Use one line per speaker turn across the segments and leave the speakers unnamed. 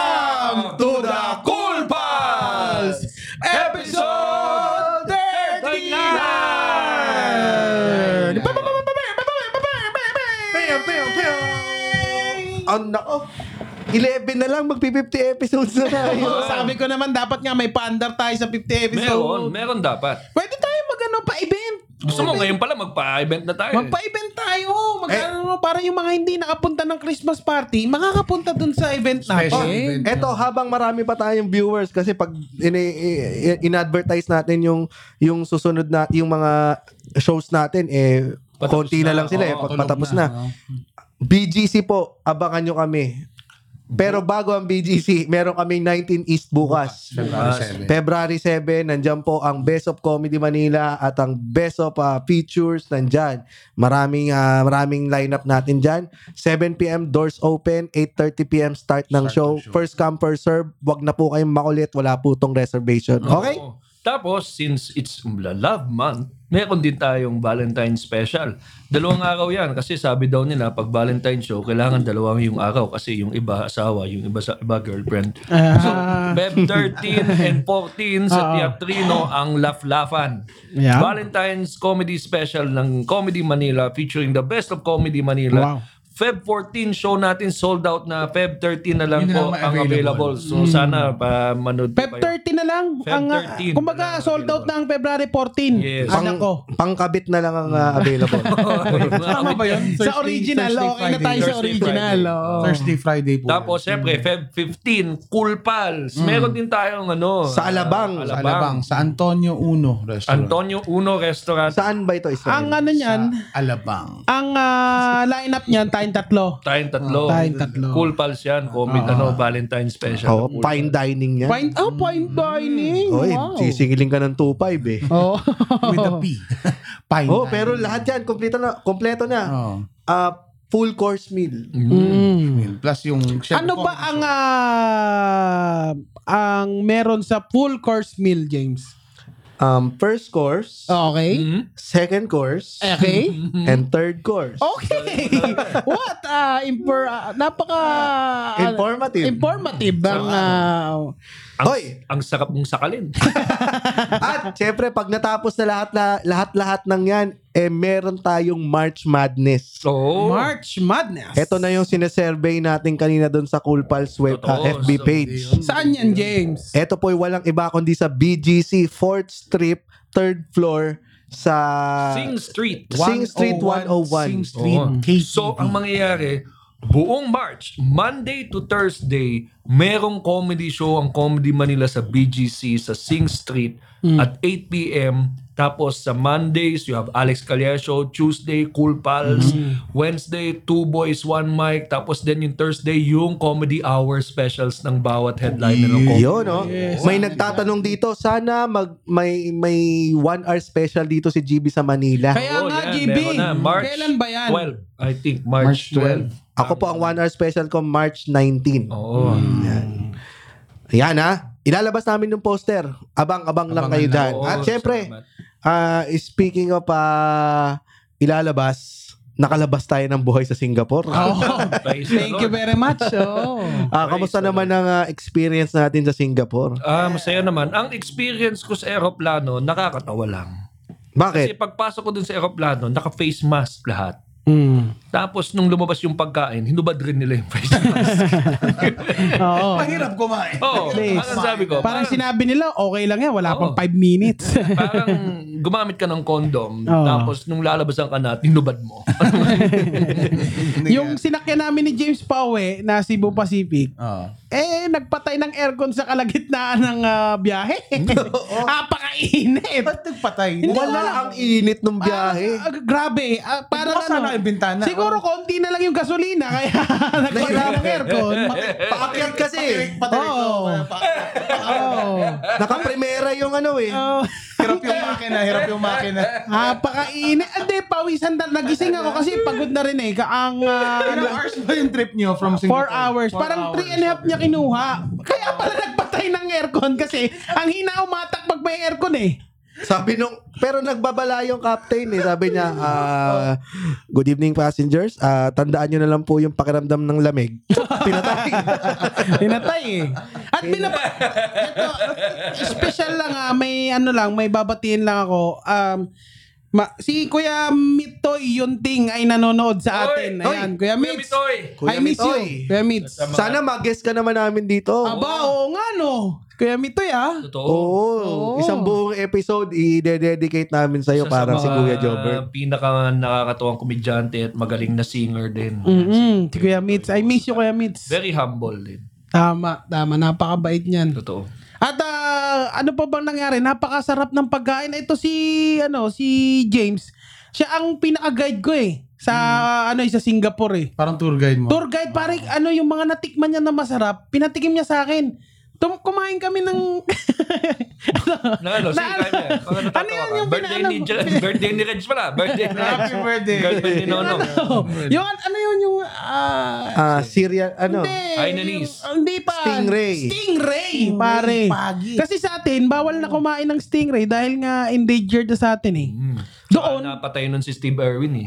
Welcome to the Cool Pals! Episode 39!
Ang nako. 11 na lang, magpi-50 episodes na tayo.
Oh, sabi ko naman dapat nga may paandar tayo sa 50 episode.
Meron, meron dapat.
Pwede tayo magano pa event.
Gusto mo ngayon pala magpa-event na tayo. eh.
Magpa-event tayo. Magano para yung mga hindi nakapunta ng Christmas party, makakapunta dun sa event
Oh,
natin.
eto, habang marami pa tayong viewers kasi pag ini- i- in-advertise natin yung yung susunod na yung mga shows natin eh
Patapos
konti
na.
na, lang sila eh
Oo, Hmm.
pag
tulog
patapos na. BGC po, abangan nyo kami. Pero bago ang BGC, meron kami 19 East bukas. February 7, nandyan po ang Best of Comedy Manila at ang Best of ah, Features nandyan. Maraming ah, maraming lineup natin dyan. 7pm, doors open. 8.30pm, start ng show. First come, first serve. Wag na po kayong makulit. Wala po tong reservation. Okay?
Oo. Tapos, since it's Love Month, meron din tayong Valentine Special. Dalawang araw yan kasi sabi daw nila pag Valentine show, kailangan dalawang yung araw kasi yung iba asawa, yung iba sa iba girlfriend.
Ah.
So, Feb 13 and 14 sa Teatrino ang Laflafan.
Yeah.
Valentine's Comedy Special ng Comedy Manila featuring the best of Comedy
Wow.
Manila. Feb 14 show natin sold out na Feb 13 na lang
Yun na
po
lang
ang available.
available.
So sana pa manood
Hmm. Feb
po kayo.
30 na lang.
Ano Feb
ang, ah,
13
kumbaga,
na lang
sold out
available.
na ang February 14.
Yes.
Anak ko.
Pangkabit na lang ang ah, available.
Tama ba yun?
sa original, okay na tayo sa
Thursday,
original. oo.
Thursday, Friday po.
Tapos, syempre, Feb 15, Cool Pals. Meron din tayong ano.
Sa
ah,
Alabang.
Sa Alabang, sa Antonio Uno Restaurant.
Antonio Uno Restaurant.
Saan ba ito,
Ang
Israel?
ano
Sa
niyan,
Alabang.
ang ah, lineup niyan, tayong tatlo.
Tayong tatlo.
Tayong tatlo.
Cool Pals yan. Comment ano, Valentine Special.
Oo, fine dining niya.
Point, oh, point dining.
Oy,
wow.
sisigiling ka ng 2.5 eh.
Oh.
With a P. Pine
Oh,
Line.
pero lahat yan, kompleto na. Kompleto na.
Oh.
Ah, full course meal.
Plus yung...
Mm. ano ba ang ah, ang meron sa full course meal, James? Mm.
Um, first course,
Oh.
Okay.
Mhm.
second course,
Eh.
Okay.
and third course.
Oh,
Okay. What ah imper- ah, napaka uh,
ah,
Informative.
informative ang ah,
Ang,
Hoy!
ang sarap mong sakalin.
At syempre, pag natapos na lahat na lahat-lahat ng yan, eh meron tayong March Madness.
So,
uh, March Madness.
Ito na yung sinesurvey natin kanina doon sa Cool Pals web
Totoo,
ah, FB
so
page.
Saan yan, James?
Ito po ay walang iba kundi sa BGC 4th Strip, 3rd floor sa
Sing Street.
uh,
Sing Street 101.
Sing Street,
Oo.
KTV.
Oh. So, ang mangyayari, buong March, Monday to Thursday, merong comedy show ang Comedy Manila sa BGC sa Sing Street
Hmm.
at 8 p.m. Tapos sa Mondays, you have Alex Calleja show, Tuesday, Cool Pals,
Hmm.
Wednesday, Two Boys, One Mic, tapos then yung Thursday, yung comedy hour specials ng bawat headliner ng comedy.
Yun, oh. no? May nagtatanong dito, sana mag, may, may one hour special dito si GB sa Manila.
Kaya
Oo,
nga,
Oh, yan,
GB.
meron na. March
Kailan ba yan?
12, I think. March,
March
12.
Ako po ang one hour special ko March 19.
Oo.
Hmm. Yan ha. ah. Ilalabas namin yung poster. Abang-abang lang
Abangan
kayo
lang.
dyan.
Oo,
At syempre,
salamat.
ah, speaking of ah, ilalabas, nakalabas tayo ng buhay sa Singapore.
Oh,
Praise the
thank you
Lord.
very much. Oh.
Ah, kamusta naman ang ah, experience natin sa Singapore?
Ah, masaya naman. Ang experience ko sa aeroplano, nakakatawa lang. Kasi
Bakit?
pagpasok ko dun sa aeroplano, naka-face mask lahat.
Mm.
Hmm. Tapos nung lumabas yung pagkain, hinubad rin nila yung face mask.
Oo.
Oh. Mahirap kumain.
Oo,
Please.
parang Oh, sabi ko.
Parang sinabi nila, okay lang yan. Wala
Oo. Ano
pang 5 minutes.
parang gumamit ka ng condom,
Oo.
tapos nung lalabasan ka na, tinubad mo.
yung sinakyan namin ni James Pawe na Cebu Pacific,
Oh.
eh, nagpatay ng aircon sa kalagitnaan ng ah, biyahe. Apakainit.
Ba't nagpatay?
Hindi
Wala
lang.
ang init ng biyahe.
Ah, ah, grabe. Ah, parang
Bukas na lang
ano,
yung bintana.
siguro konti na lang yung gasolina kaya nagpatay ng aircon. Ma-
Paakyat kasi.
Patarik ko.
Oo. Oh.
Nakaprimera yung ano eh.
Oh.
Hirap yung makina, hirap yung makina.
Apakainit. Ah, Hindi, pawisan na. Nagising ako kasi pagod na rin eh. Ka- Ang ah,
Ilang hours Ano ba yung trip niyo from Singapore?
Four
ah,
hours. Parang three and a half niya kinuha. Kaya pala nagpatay ng aircon kasi ang hina umatak pag may aircon eh.
Sabi nung, pero nagbabala yung captain eh. Sabi niya, ah, good evening passengers. Ah, tandaan nyo na lang po yung pakiramdam ng lamig. Pinatay.
Pinatay eh. At binaba... Ito, special lang ah, may ano lang, may babatiin lang ako. Um, ma- si Kuya Mitoy Yunting ay nanonood sa atin.
Oy!
Ayan, Kuya Mitz.
Mitoy.
Kuya
I miss
Mitoy.
you, Kuya Mitz.
Sana mag-guest ka naman namin dito.
Aba, oo nga no. Kuya Mitoy ah.
Oo.
Totoo.
Oo.
Isang buong episode i-dedicate namin
Isa
sa'yo
sa
parang si
mga
Kuya Jobber.
pinaka nakakatuwang komedyante at magaling na singer din.
Mm. Mm-mm, si Kuya Mitz. I miss you, Kuya Mitz.
Very humble din.
Tama, tama. Napakabait niyan.
Totoo.
At ah, ano pa bang nangyari? Napakasarap ng pagkain. Ito si, ano, si James. Siya ang pinaka-guide ko eh. Sa, ano, sa Singapore eh.
Parang tour guide mo.
Tour guide, pare, ano yung mga natikman niya na masarap, pinatikim niya sa akin. Tum- kumain kami ng...
Na ano, sige,
Na-
kaya mo yan. Baka natatawa
Ano yan
ka.
yung
birthday
pinaalam
ni,
mo?
Jan- birthday ni Reg pala. Birthday ni Reg.
Happy birthday.
Girlfriend ni Nono.
ano, yung, ano yun yung... ah,
Ah, Syria, ano?
Hainanese.
yung- Hindi pa.
Stingray.
Stingray, pare.
pagi.
Kasi sa atin, bawal na kumain ng stingray dahil nga endangered na sa atin eh.
Doon.
Doon, Ano
Napatay nun si Steve Irwin eh.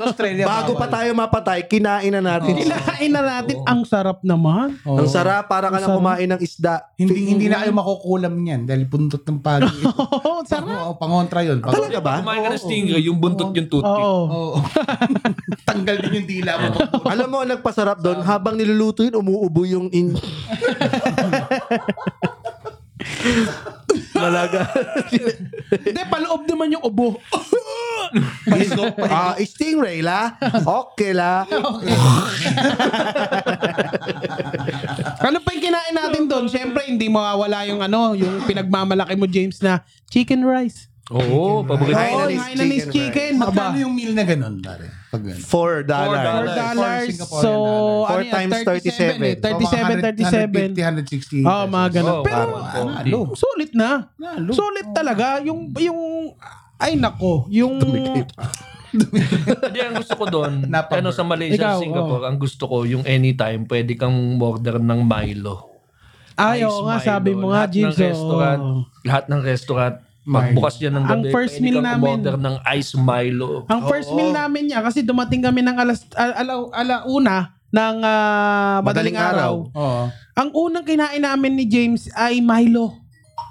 Sa Australia.
Bago pa
bawal.
tayo mapatay, kinain na natin. siya.
kinain na natin. Ang sarap naman.
Oo.
Ang sarap, para ka na kumain ng isda.
Hindi, hindi na kayo makukulam niyan dahil puntot ng pagi.
Oo, sarap.
Oo, pangontra yun. Pag-
Talaga ba?
Kumain ka ng stingray, yung buntot yung toothpick.
Oo.
Oo. Tanggal din yung dila mo.
Alam mo, ang nagpasarap doon, habang niluluto yun, umuubo yung in... Malaga.
Hindi, paloob naman yung ubo.
ah, stingray la. Okay la.
ano pa yung kinain natin doon? Siyempre, hindi mawawala yung ano, yung pinagmamalaki mo, James, na chicken rice.
Oo, paborito. ko.
Ay,
Oo,
Hainanese
Hainanese
chicken
chicken.
Magkano
Aba,
yung meal na ganun, pare? Pag ganun.
Four
dollars.
dollars.
Four dollars.
Singaporean
So,
dollars.
ano
Four
yan? eh.
times
150, 160.
37. 37, 37. Oh, mga ganun.
Oo,
Pero,
parang
ano,
konti.
low. sulit na.
Lalo.
Sulit talaga. Yung, yung, ay nako, yung,
Hindi, ang gusto ko doon,
Napabird.
ano sa Malaysia,
Ikaw,
Singapore, ang gusto ko, yung anytime, pwede kang order ng Milo.
ay,
Ice
oo nga,
Milo.
sabi mo nga,
oh. Lahat
James.
Ng restaurant,
oo.
Lahat ng restaurant, magbukas yan ng
Ang
gabi,
first meal
kang
namin-
order ng ice Milo.
Ang first meal namin niya, kasi dumating kami ng alas, al- ala, ala una, ng ah, madaling,
Madaling
araw.
araw.
Oo.
Ang unang kinain namin ni James ay Milo.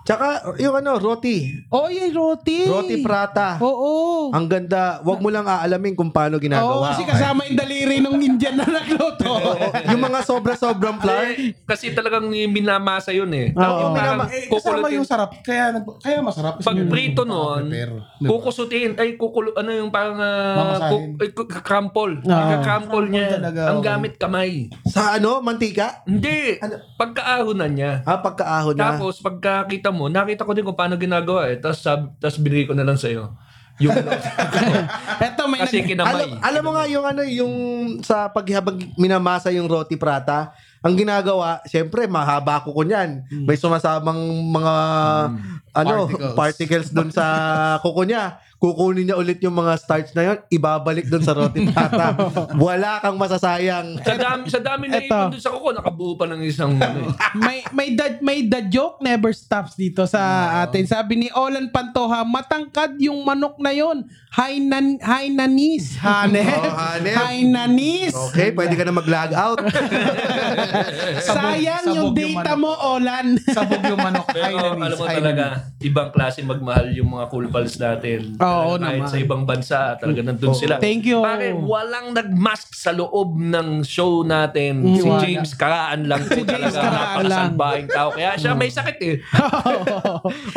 Tsaka, yung ano, roti.
Oo, yung roti.
Roti prata.
Oo.
Ang ganda. Wag mo lang aalamin kung paano
Oo,
ginagawa.
kasi kasama yung daliri ng Indian na nagluto.
Oo, yung mga sobra-sobrang flour.
Eh, kasi talagang minamasa yun eh.
Oo.
Yung parang
Eh, kasama
kukulutin.
yung sarap. Kaya, nag- kaya masarap. Kasi
Pag
yun yung
Ah,
prito nun,
pinaprepare. Diba?
kukusutin, ay kukulo, ano yung parang uh,
Mamasahin.
kuk, ay, kuk- krampol.
Ah.
Ikakampol niya.
talaga, oo.
Ang
Ano?
gamit kamay.
Sa ano, mantika?
Hindi. Pagkaahonan niya.
Ah, pagkaahon na.
Tapos pagkakita mo, nakita ko din kung paano ginagawa eh. Tapos, sab, tapos binigay ko na lang sa'yo. Yung,
Ito, may
kasi
nag-
kinamay.
alam, alam mo nga yung ano, yung sa paghabang minamasa yung roti prata, ang ginagawa, syempre, mahaba ko ko niyan. May sumasamang mga, ano,
Particles.
particles, dun sa kuko niya. Kukunin niya ulit yung mga starch na yon ibabalik dun sa roti prata. Wala kang masasayang.
sa dami, sa dami na
Eto.
ipon dun sa kuko, nakabuo pa ng isang ano eh.
may may dad may dad joke never stops dito sa atin. Sabi ni Olan Pantoha, matangkad yung manok na yon. Hainan Hainanis, Hanep.
Oh, hanep.
Hainanis.
Okay, pwede ka na mag-log out.
Sayang
Sabog- sabog yung
yung data
manok.
mo, Olan.
Sabog yung manok.
Pero
Hainanese,
alam mo
Hainanese.
talaga, ibang klase magmahal yung mga cool pals natin.
Oo
Talaga, kahit
naman.
sa ibang bansa, talaga nandun sila.
Thank you.
Pare, walang nagmask sa loob ng show natin. Si
Mm, Wala.
James Karaan lang. Si
James Karaan lang. Mm.
tao. Kaya siya may sakit eh.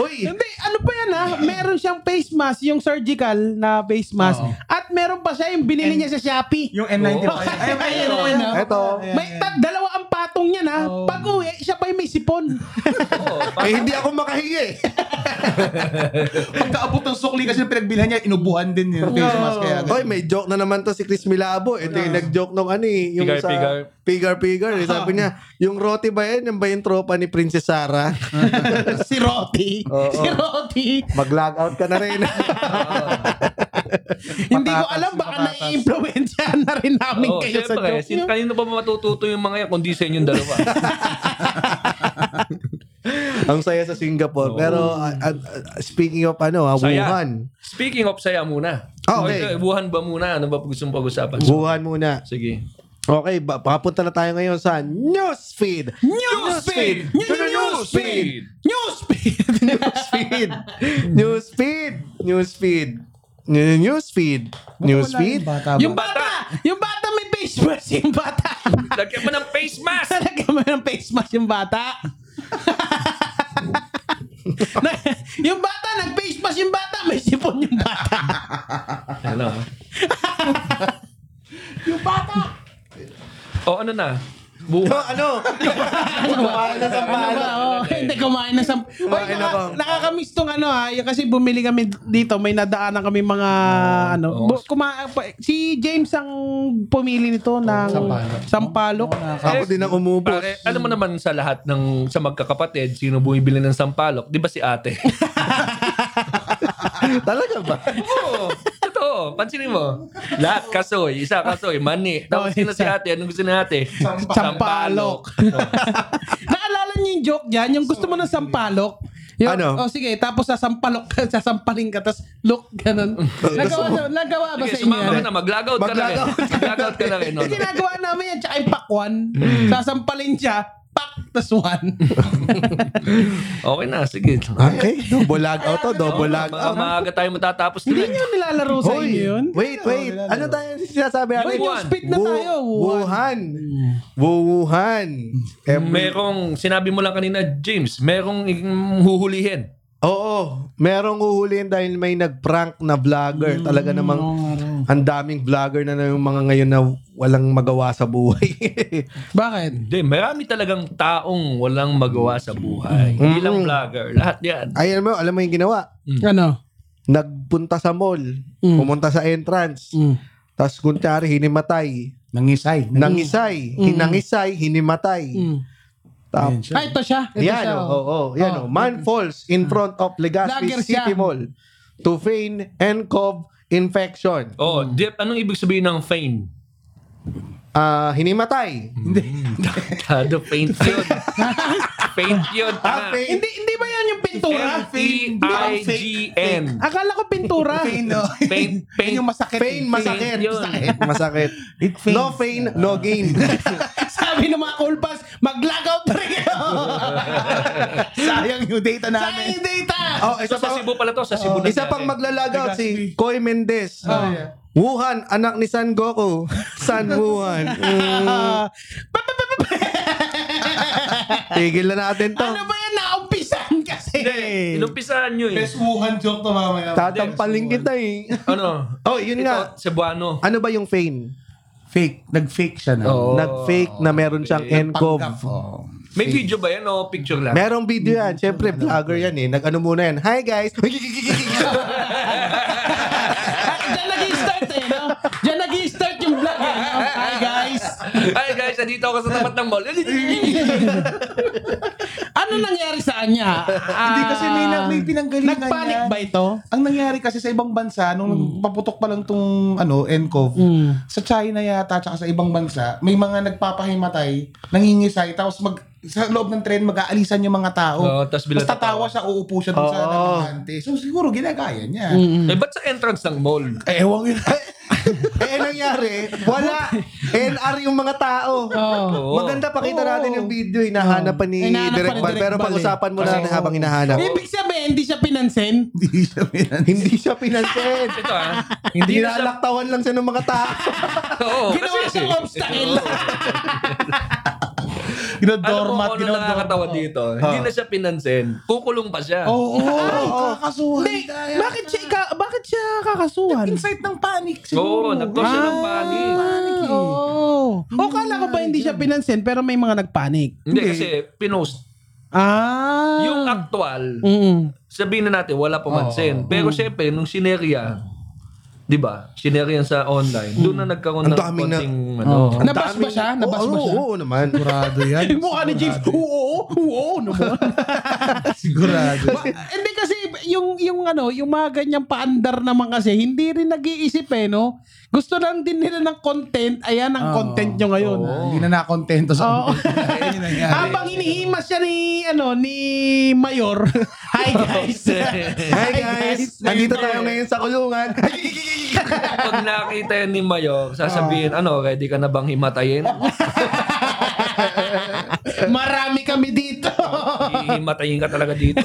Uy,
Hindi, ano pa yan ha? Meron siyang face mask, yung surgical na face mask.
Oo.
At meron pa siya yung binili niya sa Shopee.
Yung N95.
Oo.
Ay, ay,
Ayun,
ay,
ayun,
ay,
ah.
Eto.
ay, ay,
May
ay.
tat, dalawa ang patong niya na.
Oo.
Pag uwi, siya pa yung may sipon.
Oo,
eh, hindi ako makahingi.
Pagkaabot ng sukli kasi yung pinagbilhan niya, inubuhan din yung face mask. Kaya,
Hoy, may joke na naman to si Chris Milabo. Ito yung nag-joke nung ano eh. Yung
Pigar,
sa
pigar.
Pigar Pigar. Eh, Sabi niya, yung roti ba yan? Yan ba yung tropa ni Princess Sarah?
si Roti.
Oo.
Si Roti.
Mag-log out ka na rin.
Hindi ko alam, baka
patatas.
nai-influensyahan na rin namin
Oo,
kayo sa
syempre.
joke
Sin-
niyo.
kanino ba matututo yung mga yan kundi sa inyong dalawa?
Ang saya sa Singapore. Pero ah, ah, ah, speaking of ano, ah,
Saya.
Wuhan.
Speaking of saya muna.
Ah, okay.
Ikaw, Wuhan ba muna? Ano ba gusto mong pag-usapan?
Wuhan muna.
Sige.
Okay, ba- papunta na tayo ngayon sa newsfeed.
Newsfeed!
To the Newsfeed!
Newsfeed!
Newsfeed! Newsfeed! Newsfeed! New- Newsfeed! Newsfeed!
yung bata! Yung bata may face mask yung bata!
Lagyan mo ng face mask!
Talaga mo ng face mask yung bata? Na- yung bata, nag-face mask yung bata, may sipon yung bata. Ano?
Hello.
yung bata!
O ano na? Buo.
Oh, ano? Kumain na sa
Ano ba? Oh, hindi, kumain na sa... Oy,
Kumain na
naka,
bang-
nakakamiss tong ano ha, yung kasi bumili kami dito, may nadaanan kami mga
Ah,
ano.
oh.
oo.
Bu- kuma- pa- si James ang pumili nito ng
Sampalok.
Sampalok.
Ako din ang umubos.
Pare, alam mo naman sa lahat ng sa magkakapatid, sino bumibili ng sampalok? Di ba si ate?
Talaga ba?
Oo. Totoo. Pansinin mo. Lahat. Kasoy. Isa kasoy. Mani. Tapos
Oo,
sino si
isa.
ate? Anong gusto ni ate?
Sampalok. Naalala niyo yung joke dyan? Yung gusto mo ng sampalok? Yung,
Ano?
Oh, sige, tapos sasampalok ka, sasampalin ka, tapos look, ganun. nagawa, nagawa ba Ano
Sige,
sa inyo?
sumama ka
yan?
na. Mag-logout ka na rin. Mag-logout ka na rin.
Yung ginagawa namin yan, tsaka yung pakwan.
Hmm.
Sasampalin siya, pak, tas one.
Okay na. Sige.
Okay, double lag out to, double lag
Ma-
out.
Maaga tayo matatapos
Oh, Hindi
nila.
nyo nilalaro sa inyo yun?
wait, wait. Ano tayo sinasabi
May
natin?
Wuhan.
newsfeed na
Wu-
tayo. Hmm.
Wuhan. Wuhan. Every-
Merong, sinabi mo lang kanina, James, merong mm, huhulihin.
Oo, merong uhulihin dahil may nag-prank na vlogger.
Hmm.
Talaga namang ang daming vlogger na na yung mga ngayon na walang magawa sa buhay.
Bakit?
Hindi, marami talagang taong walang magawa sa buhay.
Mm-hmm.
Hindi lang vlogger. Lahat yan.
Ay, alam mo, alam mo yung ginawa?
Hmm.
Ano?
Nagpunta sa mall,
Hmm.
pumunta sa entrance,
Mm.
tapos kunyari hinimatay.
Nangisay.
Nangisay, hinangisay, hinimatay.
Mm.
Tap-
Ah, ito siya. Ito siya.
Hmm. Yan, oo, oh, oh, yan, oh. Man falls in front of Legazpi
Lager siya.
City Mall to feign NCOV infection.
Oh, Jeff, anong ibig sabihin ng feign?
Ah, hinimatay.
Tado, faint yun. faint yun. tanga.
Ah, feign.
Hindi, hindi ba yan yung pintura?
E F-E-I-G-N.
Akala ko pintura.
Paint, paint.
yung masakit.
Feign, masakit.
Feign yun.
Masakit. masakit.
It faints.
No feign, no gain.
Sabi ng mga kulpas, mag-lockout pa rin kayo.
Sayang yung data
Sayang
namin.
yung data.
oh,
So,
isa
sa
pa,
Cebu pala to, sa Cebu na eh.
isa
nangyari.
pang maglalagaw si Koy Mendez.
Ah,
Oh,
Wuhan, anak ni San Goku. San Wuhan. Mm,
Ah, pa- pa- pa- pa-
tigil na natin to.
ano ba yan? Naumpisan kasi.
Hindi, inumpisahan nyo eh.
Pesuhan joke to mamaya.
Tatampaling kita eh.
Ano?
Oh, yun nga.
Ito, Cebuano.
Ano ba yung Oh. feign?
Fake. Nag-fake siya na.
Oo.
Nag-fake na meron siyang NCOV.
Panggap. Oh.
May video ba yan o picture lang?
Merong video yan. Siyempre, vlogger yan eh. Nag-ano muna yan. Hi guys!
Ah,
Ano
Diyan nag-i-start eh, no? Diyan nag-i-start yung vlog eh. no? Hi guys.
Ay guys, nandito ako sa tapat ng mall.
Ano nangyari sa kanya? Ah,
Hindi kasi may, na- may pinanggalingan
Nagpanic
yan.
ba ito?
Ang nangyari kasi sa ibang bansa, nung paputok pa lang tong ano, NCOV,
Mm.
sa China yata tsaka sa ibang bansa, may mga nagpapahimatay, nangingisay, tapos mag, sa loob ng tren, mag-aalisan yung mga tao.
Oo, tapos bilang
tapos tatawa siya, uupo siya dun sa
Oo.
nabahante. So siguro ginagaya niya.
Eh, ba't sa entrance ng mall?
Eh, ewan yun.
eh, anong nangyari? Wala. NR yung mga tao.
Oo.
Maganda pakita natin yung video. Hinahanap pa
Oo.
ni
Oh. Hinahanap pa
Direk
ni
Bal.
Direk Bal eh.
Pero
oh.
pag-usapan mo na habang hinahanap.
Ibig sabihin, hindi siya pinansin?
Hindi siya binan.
Hindi siya pinansin.
Ito ah.
Hindi
na siya-
nalaktawan lang siya ng mga tao.
Oo.
Ginawa
kasi-
siyang obstacle.
Alam mo
Ginodormat,
kung ano
ginodormat.
nakakatawa dito?
Ah.
Hindi na siya pinansin. Kukulong pa siya.
Oo,
Oo.
kakasuhan.
Hindi,
kaya.
bakit siya, ika- bakit siya kakasuhan?
Insight ng panic
Oo,
siguro.
nagkaroon siya ng panic.
Ah, oo. O kala ko ba hindi siya pinansin pero may mga nagpanik.
Hindi kasi pinost.
Ah.
Yung actual,
Mm.
sabihin na natin wala pamansin. Pero syempre, nung sinerya, di ba? Sinerya sa online. Doon na nagkaroon
Ang
ng
daming na-
konting ano.
Nabas ba siya? Nabas
Oo,
ba siya?
oo, oo naman.
Sigurado yan.
Yung mukha ni James, oo, oo, oo naman.
Sigurado.
Ba- Hindi kasi yung yung ano, yung mga ganyang paandar naman kasi hindi rin nag-iisip eh, no? Gusto lang din nila ng content. Ayan ang content nyo ngayon.
Ah, Hindi na nakontento sa
Oo.
Yun yung nangyari.
Habang inihimas siya ni ano ni Mayor. Hi guys.
Hi guys! Nandito tayo ngayon sa kulungan.
Pag nakita yan ni Mayor, sasabihin, ano, ready ka na bang himatayin?
Marami kami dito.
Himatayin ka talaga dito.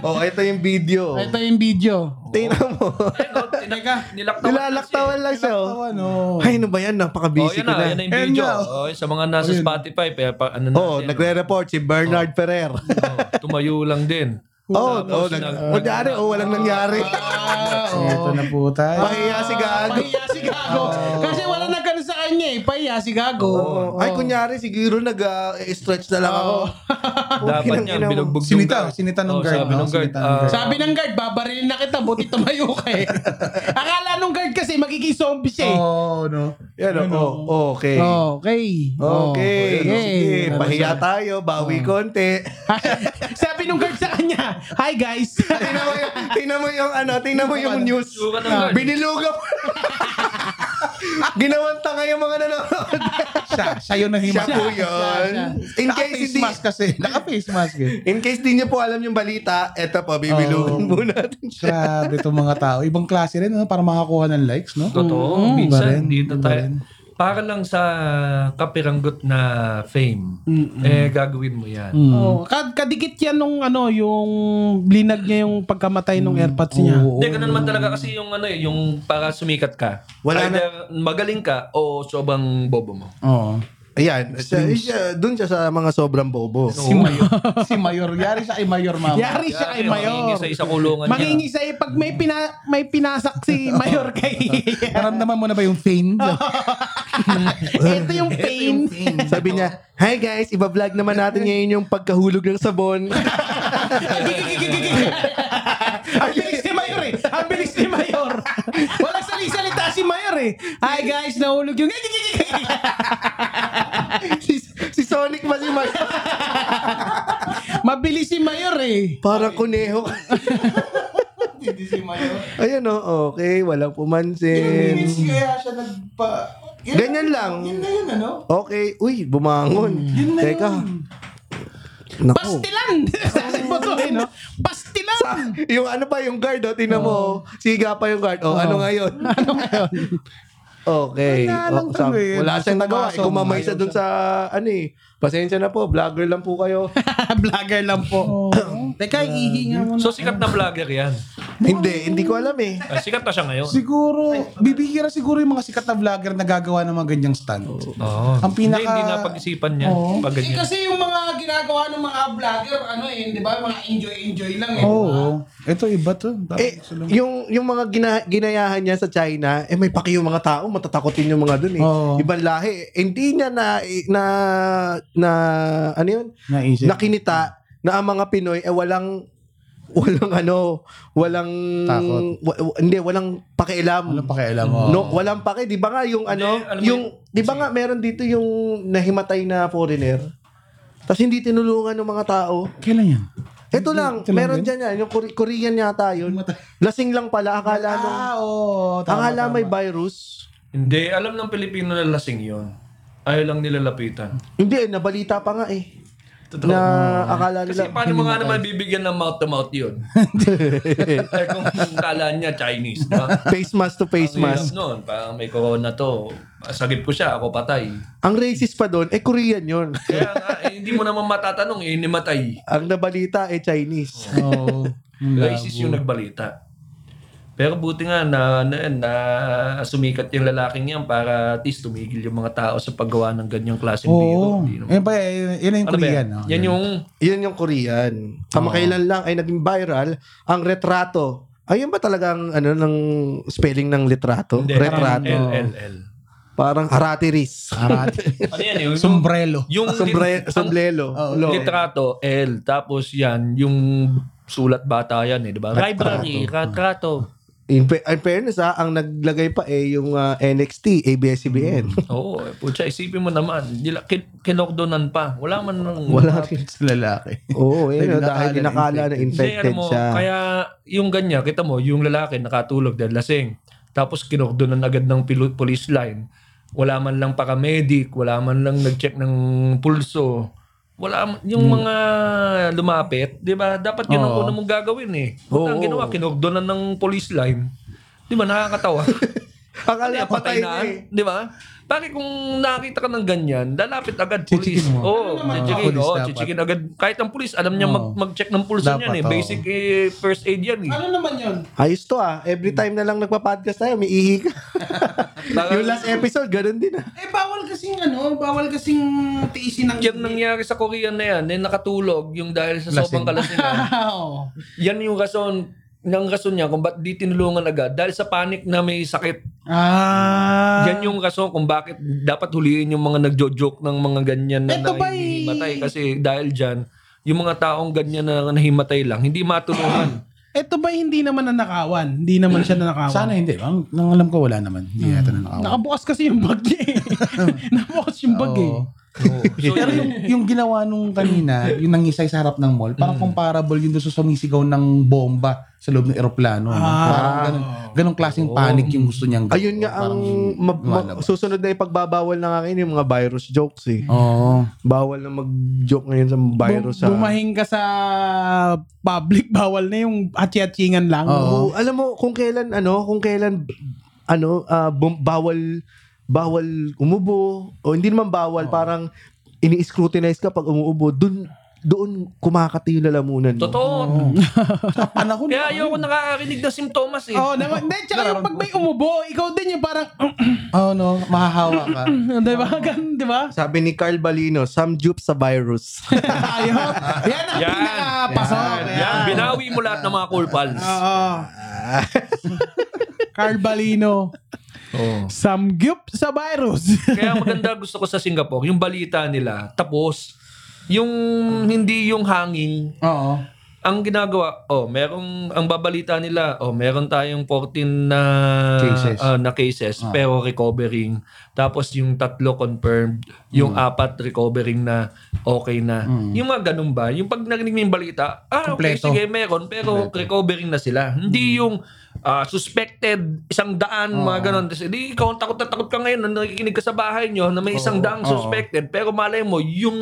oh, ito yung video.
Ito yung video.
Tingnan mo.
Teka, nilaktawan.
Nilalaktawan lang siya.
Oo,
oh.
ano.
Ay, ano ba yan?
Oh,
Napaka-busy
yun
ko
na, yun na
na.
yung video.
Ayun
Oh, sa mga nasa Spotify, pa, pa, ano
Oh,
natin.
nagre-report si Bernard Ferrer.
Oh, tumayo lang din.
Oh,
Tapos
oh, nag,
nag-
kunyari, oh, walang nangyari.
Ito na po tayo.
Pahiya si Gago.
Pahiya si Gago. Kasi wala na ganun sa kanya eh. Pahiya si Gago.
Oh, Ay, kunyari, siguro nag-stretch na lang ako.
Dapat
Pukinang
niyan,
ina mo.
binugbog yung
Sinita,
guard.
sinita ng
Oh,
guard,
Sabi
no?
ng guard.
Sinita ng
ah,
guard.
Sabi ng guard, babarilin na kita, buti tumayo ka eh. Akala nung guard kasi magiging zombie siya eh.
Oo, no.
Yan, oh, oh, okay.
Okay.
Okay. Sige, Oh.
Okay.
pahiya tayo. Bawi konti.
Sabi nung guard sa kanya, Hi guys.
tingnan mo yung, tingnan mo yung ano, tingnan mo yung news.
Suka ng guard.
Binilugap. Ginawang tanga yung mga nanonood.
Siya, siya yun ang
Siya
himas.
po yun. In case
Naka-face
hindi,
mask kasi. Naka-face mask eh.
in case di niyo po alam yung balita, eto po, bibilugan
Oh.
po natin siya.
Grabe itong mga tao. Ibang klase rin, no? Para makakuha ng likes, no?
Totoo. minsan,
Mm-hmm. Iba rin,
dito
iba
tayo.
rin.
Para lang sa kapiranggot na fame, eh gagawin mo yan.
Hmm.
Oh, kad kadikit yan nung ano, yung blinag niya yung pagkamatay nung
Hmm.
airpods niya.
Hindi, ganun man talaga kasi yung ano eh, yung para sumikat ka.
Wala
Either magaling ka o sobrang bobo mo.
Oo.
Ayan, siya, siya, dun siya sa mga sobrang bobo.
Si Mayor. si Mayor. Yari siya kay Mayor, mama.
Yari siya kay Mayor.
Mangingi sa isa kulungan niya.
Mangingi sa pag may, pina, may pinasak si Mayor kay...
Naramdaman mo na ba yung fame?
Ito yung pain.
Sabi niya, Hi guys, iba-vlog naman natin ngayon yung pagkahulog ng sabon.
Ang bilis ni Mayor eh. Ang bilis ni Mayor. Walang sali-salita si Mayor eh. Hi guys, nahulog yung...
si, si Sonic ba si Mike?
Mabilis si Mayor eh.
Parang kuneho.
Hindi si Mayor.
Ayan o, okay, walang pumansin.
kaya siya nagpa... Yun-
Ganyan lang.
na yun, ano?
Okay, uy, bumangon. Teka. Naku.
Pastilan! Sabi mo to eh, no? Pastilan!
Yung ano pa, yung guard, oh, tingnan mo. oh. Siga pa yung guard. Oh, ano ngayon? ano ngayon? Okay.
Wala lang
Oh, sa-
tuloy, eh.
wala
Gusto
siyang nagawa. Eh,
pumasok,
Kumamay siya
ayaw
dun sa, ano eh. Pasensya na po, vlogger lang po kayo.
Vlogger lang po. Oh. Teka, ihinga mo
So sikat na vlogger yan.
hindi, hindi ko alam eh.
Ah, sikat na siya ngayon.
Siguro, bibigyan na siguro yung mga sikat na vlogger na gagawa ng mga ganyang stunt.
Oo.
Ang pinaka-
Hindi, hindi napag-isipan niya. Pag
Eh,
ganyan.
kasi yung mga ginagawa ng mga vlogger, ano eh, di ba? Mga enjoy-enjoy lang eh.
Oo. Oh,
di ba?
Ito iba to. Dapat
Eh,
gusto lang.
yung, yung mga gina- ginayahan niya sa China, eh may paki yung mga tao, matatakotin yung mga dun eh.
Oo.
Ibang lahi. Eh, Hindi niya na, eh, na, na, ano yun?
Naisip.
Nakinita na ang mga Pinoy, eh walang, walang ano, walang,
Takot.
wa- wa- hindi, walang pakialam.
Walang pakialam mo.
No, walang pake. Di ba nga yung ano,
Hindi, alam mo
yung, di ba nga meron dito yung nahimatay na foreigner? Tapos hindi tinulungan ng mga tao.
Kailan yan?
Ito lang,
Ito lang
meron
din?
dyan yan. Yung Kore- Korean yata yun. Lasing lang pala. Akala nung,
Ah, oo. Tama,
akala
tama.
may virus.
Hindi, alam ng Pilipino na lasing yun. Ayaw lang nila lapitan.
Hindi, eh, nabalita pa nga eh.
Totoo.
Na akala
Kasi
nila.
paano mo nga naman bibigyan ng mouth-to-mouth yun? eh kung kala niya Chinese, di ba?
Face mask to face mask.
Mas noon, parang may corona to. Sagip ko siya, ako patay.
Ang racist pa doon, eh Korean yun.
Kaya nga, eh, hindi mo naman matatanong, eh, nimatay.
Ang nabalita eh Chinese.
Oo. Ang labo.
Racist yung nagbalita. Pero buti nga na, na, na sumikat yung lalaking yan para at least tumigil yung mga tao sa paggawa ng ganyang klaseng
Oo.
biro. Hindi naman-
Yan ba, yun yun yung
Ano ba
Korean.
yan?
no?
Yan yung
Yun yung Korean. Kamakailan lang ay naging viral ang retrato. Ayun ba talagang ano ng spelling ng litrato?
Hindi,
retrato.
L, L, L.
Parang haratiris.
Karate.
Ano yan? Yung,
Sombrero.
yung ang
Sombre, sombrelo.
Oh,
Lo.
litrato, L. Tapos yan, yung sulat bata yan eh, di ba? Library, retrato.
In, fa- in fairness ah, ang naglagay pa eh yung ah, NXT, ABS-CBN.
Mm.
Oo, eh, putya, isipin mo naman, nila, kin- kinokdonan pa. Wala man nang...
Wala rin.
sa lalaki.
Oo,
Dahil
yun, ah, dahil
nakala
inakala
na
na
Hindi,
infected
alam mo,
siya.
Kaya yung ganyan, kita mo, yung lalaki nakatulog dahil lasing. Tapos kinokdonan agad ng pil- police line. Wala man lang paramedic, wala man lang nag-check ng pulso. Wala man- yung
Hmm.
mga lumapit, 'di ba? Dapat yun ang una mong gagawin eh. Oh, ang ginawa kinokdonan ng police line. 'Di ba nakakatawa?
Akala patay na eh.
'di ba? Bakit kung nakakita ka ng ganyan, lalapit agad police.
Chichikin mo.
Oo,
Ano
naman,
chichikin,
police
oo,
dapat.
chichikin agad. Kahit ang police, alam niya mag- mag-check ng pulso niyan
Dapat,
eh.
oo.
Basic eh, first aid yan eh.
Ano naman yun?
Ayos to ah. Every time na lang nagpa-podcast tayo, may ihi ka. yung last episode, ganun din ah.
Eh, bawal kasing ano, bawal kasing tiisin ng...
Yan nangyari sa Korean na yan, eh, nakatulog yung dahil sa sobrang kalasingan.
Oo.
yan yung rason, ng rason niya kung ba't di tinulungan agad. Dahil sa panic na may sakit.
Ah.
Yan yung rason kung bakit dapat huliin yung mga nagjo-joke ng mga ganyan na
Eto eh? ba'y-
nahihimatay. Kasi dahil dyan, yung mga taong ganyan na nahimatay lang, hindi matulungan.
Ito ba hindi naman nanakawan? Hindi naman siya nanakawan.
Sana hindi. Ang, ang alam ko wala naman. Hindi yata
Hmm.
na nakawa.
Nakabukas kasi yung bag niya eh. Nakabukas yung bag eh.
Oo.
so, yun,
Pero
Mm.
yung, yung ginawa nung kanina, yung nangisay sa harap ng mall, parang comparable yun doon sa sumisigaw ng bomba sa loob ng eroplano. no?
Ah.
Parang ganun, ganun klaseng panic yung gusto niyang gawin.
Ayun nga ang
Parang
ma- ma-
lumalabas.
susunod na ipagbabawal na nga ngayon yung mga virus jokes eh.
Oo.
Bawal na mag-joke ngayon sa virus
Bum-
ah.
Bumahing ka sa public, bawal na yung hatsi-hatsingan lang.
Oo.
Oo, alam mo kung kailan ano, kung kailan ano ah, bum- bawal bawal umubo o hindi naman bawal, parang ini-scrutinize ka pag umuubo, dun doon kumakati yung lalamunan mo.
totoo.
Mm.
Panahon
Kaya ayoko nakakarinig ng simptomas eh.
Oh, naman. Hindi, tsaka yung pag may umubo, ikaw din yung parang,
Oo, no. Mahahawa ka.
di ba? Ganun, di ba?
Sabi ni Carl Balino, some jupe sa virus.
Ayun. Yan ang
Yan.
pinakapasok.
Yan, binawi mo lahat ng mga cool pals.
Oo. Carbalino. Oh. Samgyup sa virus.
Oh. Kaya maganda gusto ko sa Singapore, yung balita nila, tapos, yung hindi yung hangin,
Oo.
ang ginagawa, oh, merong, ang babalita nila, oh, meron tayong 14 na
Cases.
ah, na cases, pero recovering. Tapos yung tatlo confirmed, yung
Mm.
apat recovering na okay na. Yung mga ganun ba? Yung pag narinig mo yung balita, ah, okay,
Kompleto. Mm.
sige, meron, pero recovering na sila. Hindi yung ah, suspected, isang daan,
Ah.
mga ganun. Tapos, Hindi, ikaw ang takot na takot ka ngayon na nakikinig ka sa bahay nyo na may isang daang suspected, pero malay mo, yung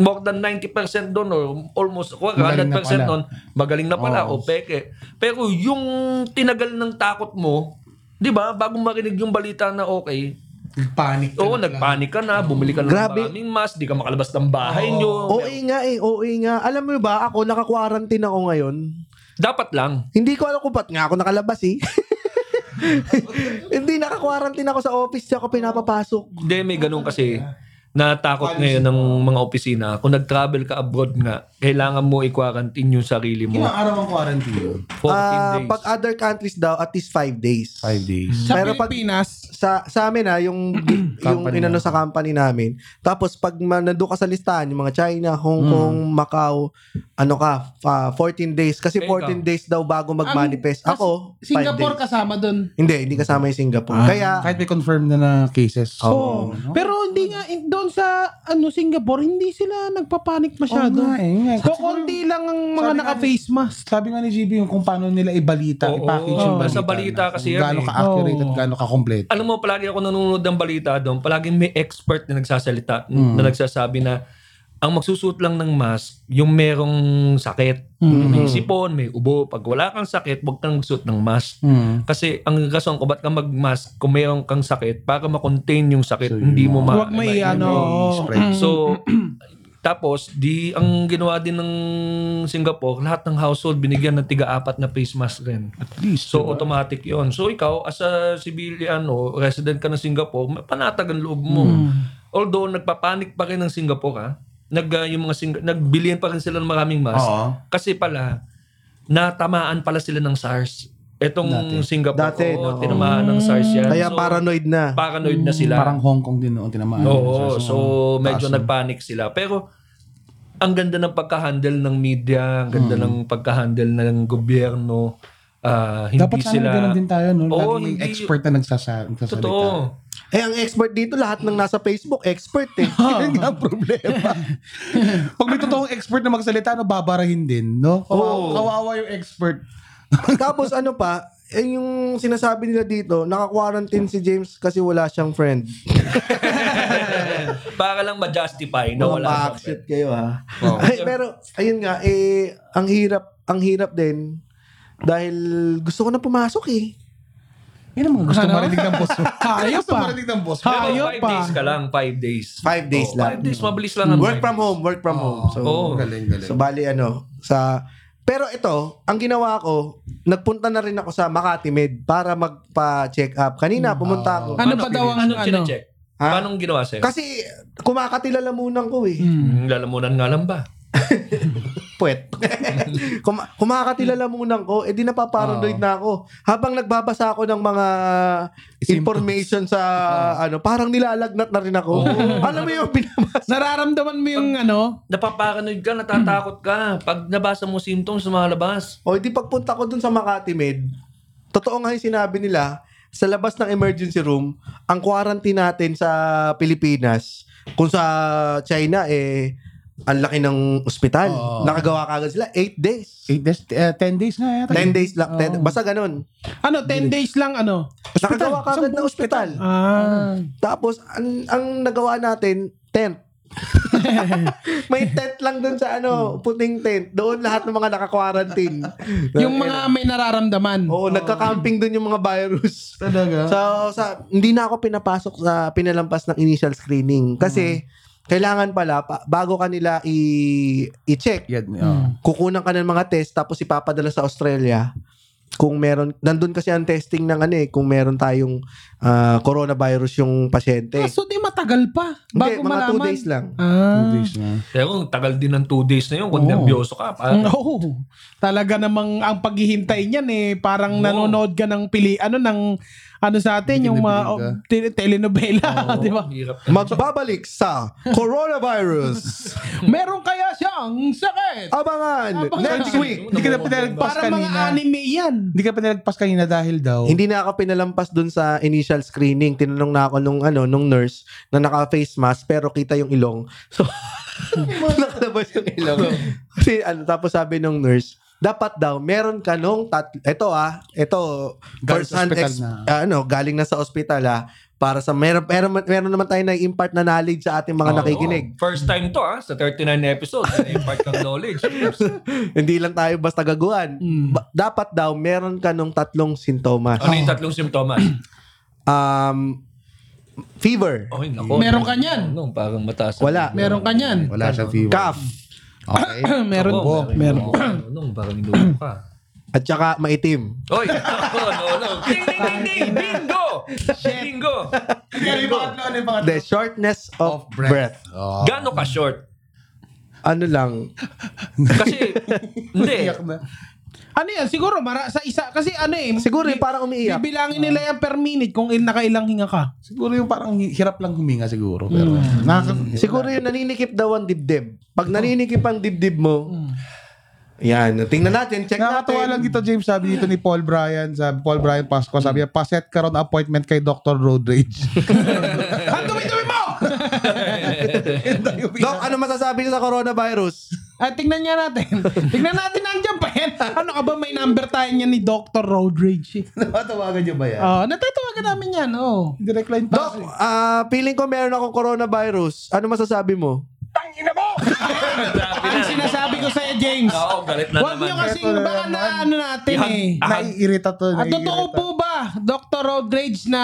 more than 90% doon or almost
Magaling na
100%
pala.
doon, magaling na pala o peke. Pero yung tinagal ng takot mo, 'di ba? Bago marinig yung balita na okay,
Panic.
oo, nagpanik ka na, bumili ka ng
Grabe.
maraming mask, di ka makalabas ng bahay nyo.
OA nga eh, OA nga. Alam mo ba, ako naka-quarantine ako ngayon.
Dapat lang.
Hindi ko alam kung ba't nga ako nakalabas eh. Hindi, naka-quarantine ako sa office, di ako pinapapasok.
Hindi, may ganun kasi natakot ngayon ng mga opisina. Kung nag-travel ka abroad nga, kailangan mo i-quarantine yung sarili mo.
Ilang araw ang quarantine?
14
Ah,
days.
Pag other countries daw, at least 5 days.
Five days.
Sa
Pero pag-
Pilipinas,
sa sa amin ah, yung yung
Company
inano
na.
sa company namin. Tapos pag ma- nandun ka sa listahan, yung mga China, Hong
Mm.
Kong, Macau, ano ka, fa- 14 days kasi
Ikaw.
14 days daw bago mag-manifest.
Ang-
Ako,
as- Singapore
five days.
kasama doon.
Hindi, hindi kasama yung Singapore. Kaya
Ah. Kahit may confirmed na na cases.
Oh.
Oo.
no?
Pero hindi nga in- doon sa ano Singapore hindi sila nagpapanik masyado.
Oo nga eh, nga eh.
So, konti lang ang mga
Sabi nga-
naka-face mask.
Sabi nga ni GB yung kung paano nila ibalita,
Oo,
ipackage yung
oo.
balita.
Sa balita
na,
kasi
kung
yan
Gaano
eh.
ka-accurate at
Oo.
gaano ka-complete.
alam mo, palagi ako nanonood ng balita doon, palaging may expert na nagsasalita, na nagsasabi na ang magsusuot lang ng mask, yung merong sakit. May sipon, may ubo. Pag wala kang sakit, huwag kang magsuot ng mask.
Hmm.
Kasi ang rason ko ba't ka mag-mask kung meron kang sakit para makontain yung sakit, hindi mo ma-
Huwag ano, mo
ma-
i-ano.
spread.
Mm.
So, tapos, di ang ginawa din ng Singapore, lahat ng household binigyan ng tiga-apat na face mask rin.
least,
diba?
So, automatic yon So, ikaw, as a civilian o resident ka ng Singapore, panatag ang loob mo.
Hmm.
Although, nagpapanik pa rin ng Singapore, ha? Nag, ah, yung mga Sing- nagbilihan pa rin sila ng maraming mask.
Oo.
Kasi pala, natamaan pala sila ng SARS. Etong Singapore,
Dati,
oo,
no.
tinamaan ng SARS yan.
kaya
So,
paranoid na.
paranoid na sila.
Parang Hong Kong din noon tinamaan.
Oo, so medyo
taas, no?
nagpanic sila. Pero
Hmm.
ang ganda ng pagka-handle ng media, ang ganda ng pagka-handle ng gobyerno. ah, hindi
Dapat sana
sila...
may ganun din tayo, no?
Oo,
Lagi may
hindi-
expert na nagsasa- nagsasalita.
Totoo.
Eh, ang expert dito, lahat ng nasa Facebook, expert eh. Yan nga ang problema.
Pag may totoong expert na magsalita, ano, babarahin din, no? Kawawa,
Oo.
kawawa yung expert.
Tapos ano pa, eh, yung sinasabi nila dito, naka-quarantine si James kasi wala siyang friend.
Para lang ma-justify na
No,
wala
wala
siyang friend.
kayo ha. Ay, pero, ayun nga, eh, ang hirap, ang hirap din. Dahil gusto ko na pumasok eh.
Yan ang mga gusto marinig ng boss.
Kaya
Gusto
pa.
marinig ng boss.
Pero
Tayo
five
pa.
days ka lang, five days.
Five days
Oo,
lang.
Five days, mabilis lang. ang
Work
five
from
days.
home, work from home. So,
Oo.
Galing, galing.
so bali ano, sa pero ito, ang ginawa ko, nagpunta na rin ako sa Makati Med para magpa-check up.
Mm.
Kanina pumunta ako.
Ano ba daw ang
Ano
ano?
chinecheck?
Ha?
Paano ginawa sa'yo?
Kasi kumakatila lamunan ko eh.
Hmm, Lalamunan nga lang ba?
puwet. Kuma- kumakatila lamunan ko, eh di napaparanoid na ako. Habang nagbabasa ako ng mga information sa ano, parang nilalagnat na rin ako. Alam mo yung binabasa.
Nararamdaman mo yung ano?
Napaparanoid ka, natatakot ka. Pag nabasa mo symptoms, sumalabas.
O di pagpunta ko dun sa Makati Med, totoo nga yung sinabi nila, sa labas ng emergency room, ang quarantine natin sa Pilipinas, kung sa China, eh, ang laki ng ospital. Nakagawa kagad sila, 8 days.
8 days, 10 days nga yata.
10 days lang. 10, basta ganun.
Ano, 10 days lang ano?
Nakagawa kagad ng ospital.
Ah.
Tapos, ang, ang nagawa natin, tent. may tent lang doon sa ano, puting tent. Doon lahat ng mga naka-quarantine.
Yung mga may nararamdaman.
Oo, nagka-camping doon yung mga virus.
Talaga.
So, sa, hindi na ako pinapasok sa pinalampas ng initial screening. Kasi, kailangan pala, pa- bago kanila i- i-check,
Yan, oo.
kukunan ka ng mga test tapos ipapadala sa Australia kung meron nandun kasi ang testing ng ano eh kung meron tayong ah, coronavirus yung pasyente
Ah, so di matagal pa
hindi
bago
mga
malaman.
2 days lang
Two
Ah.
days na.
Pero ang tagal din ng two days na yun, kung
Oo.
nervyoso ka. Pa,
Mm, Oo. Talaga namang ang paghihintay niyan eh parang
Oo.
nanonood ka ng pili ano ng ano sa atin yung mga oh,
Telenovela.
te- telenovela, Ah, 'di ba?
ano, Hirap.
magbabalik sa coronavirus
Meron kaya siyang sakit.
Ah, abangan
Abangan.
next week
Hindi
ano,
ka na pinalagpas
Parang mga
kanina.
anime 'yan.
Hindi ka pinalagpas kanina dahil daw.
hindi na ako pinalampas dun sa initial screening tinanong na ako nung ano nung nurse na naka face mask pero kita yung ilong so nakalabas yung ilong kasi ano tapos sabi nung nurse dapat daw meron ka nung tat- ito ah ito
Galing
first
sa
hand
ospital
ex-
na.
ano galing na sa ospital ah para sa meron meron, meron naman tayo na impart na knowledge sa ating mga nakikinig
Oo. First time to ah, sa 39 episodes. Na-impart ng knowledge.
hindi lang tayo basta gaguhan Ba- dapat daw meron ka nung tatlong sintomas
Ano yung tatlong simptomas?
um fever
Oh, nako.
Meron ka niyan.
Ano, parang mataas.
Wala.
Meron ka niyan.
Wala siyang fever.
cough
Okay.
meron
Ako,
meron.
ako. Ano, parang niluto ka.
at saka maitim
Oy, ako, no, no. Ding, ding, ding, ding. Bingo! Bingo!
Ano yung pangatlo? Ano yung pangatlo?
the shortness of, breath.
Oh.
Gano'n ka short?
Ano lang,
Kasi, hindi.
Iyak na.
Ano 'yan? Siguro mara sa isa kasi ano eh
siguro
bi-
yung parang umiiyak.
bibilangin nila yan per minute kung il- nakailang hinga ka.
Siguro yung parang hi- hirap lang huminga siguro. Pero,
Mm.
Mm. Nakaka-
Siguro yung naninikip daw ang dibdib. Pag naninikip ang dibdib mo, yan, tingnan natin, check
Nakakatuwa lang
natin.
dito, James. Sabi dito ni Paul Bryan, sabi, Paul Bryan Pasco, sabi
Mm.
niya, paset ka ron appointment kay Dr. Road Rage.
Ang dumi-dumi Ah, mo!
Doc, ano masasabi niyo sa coronavirus?
At tingnan Ah, niya natin. tingnan natin ang pa yan. Ano ka ba may number tayo niya ni Dr. Road Rage? eh.
Natawagan niyo ba yan?
Oh, natatawagan namin yan, oh.
Direct line
Doc,
pass.
ah, feeling ko meron akong coronavirus. Ano masasabi mo?
Ang sinasabi ko sa'yo, James.
Oo, galit na
Huwag
naman.
niyo kasi baka na ano natin
Yan.
eh.
Naiirita to.
At
naiirita.
Ah, totoo po ba, Dr. Road Rage, na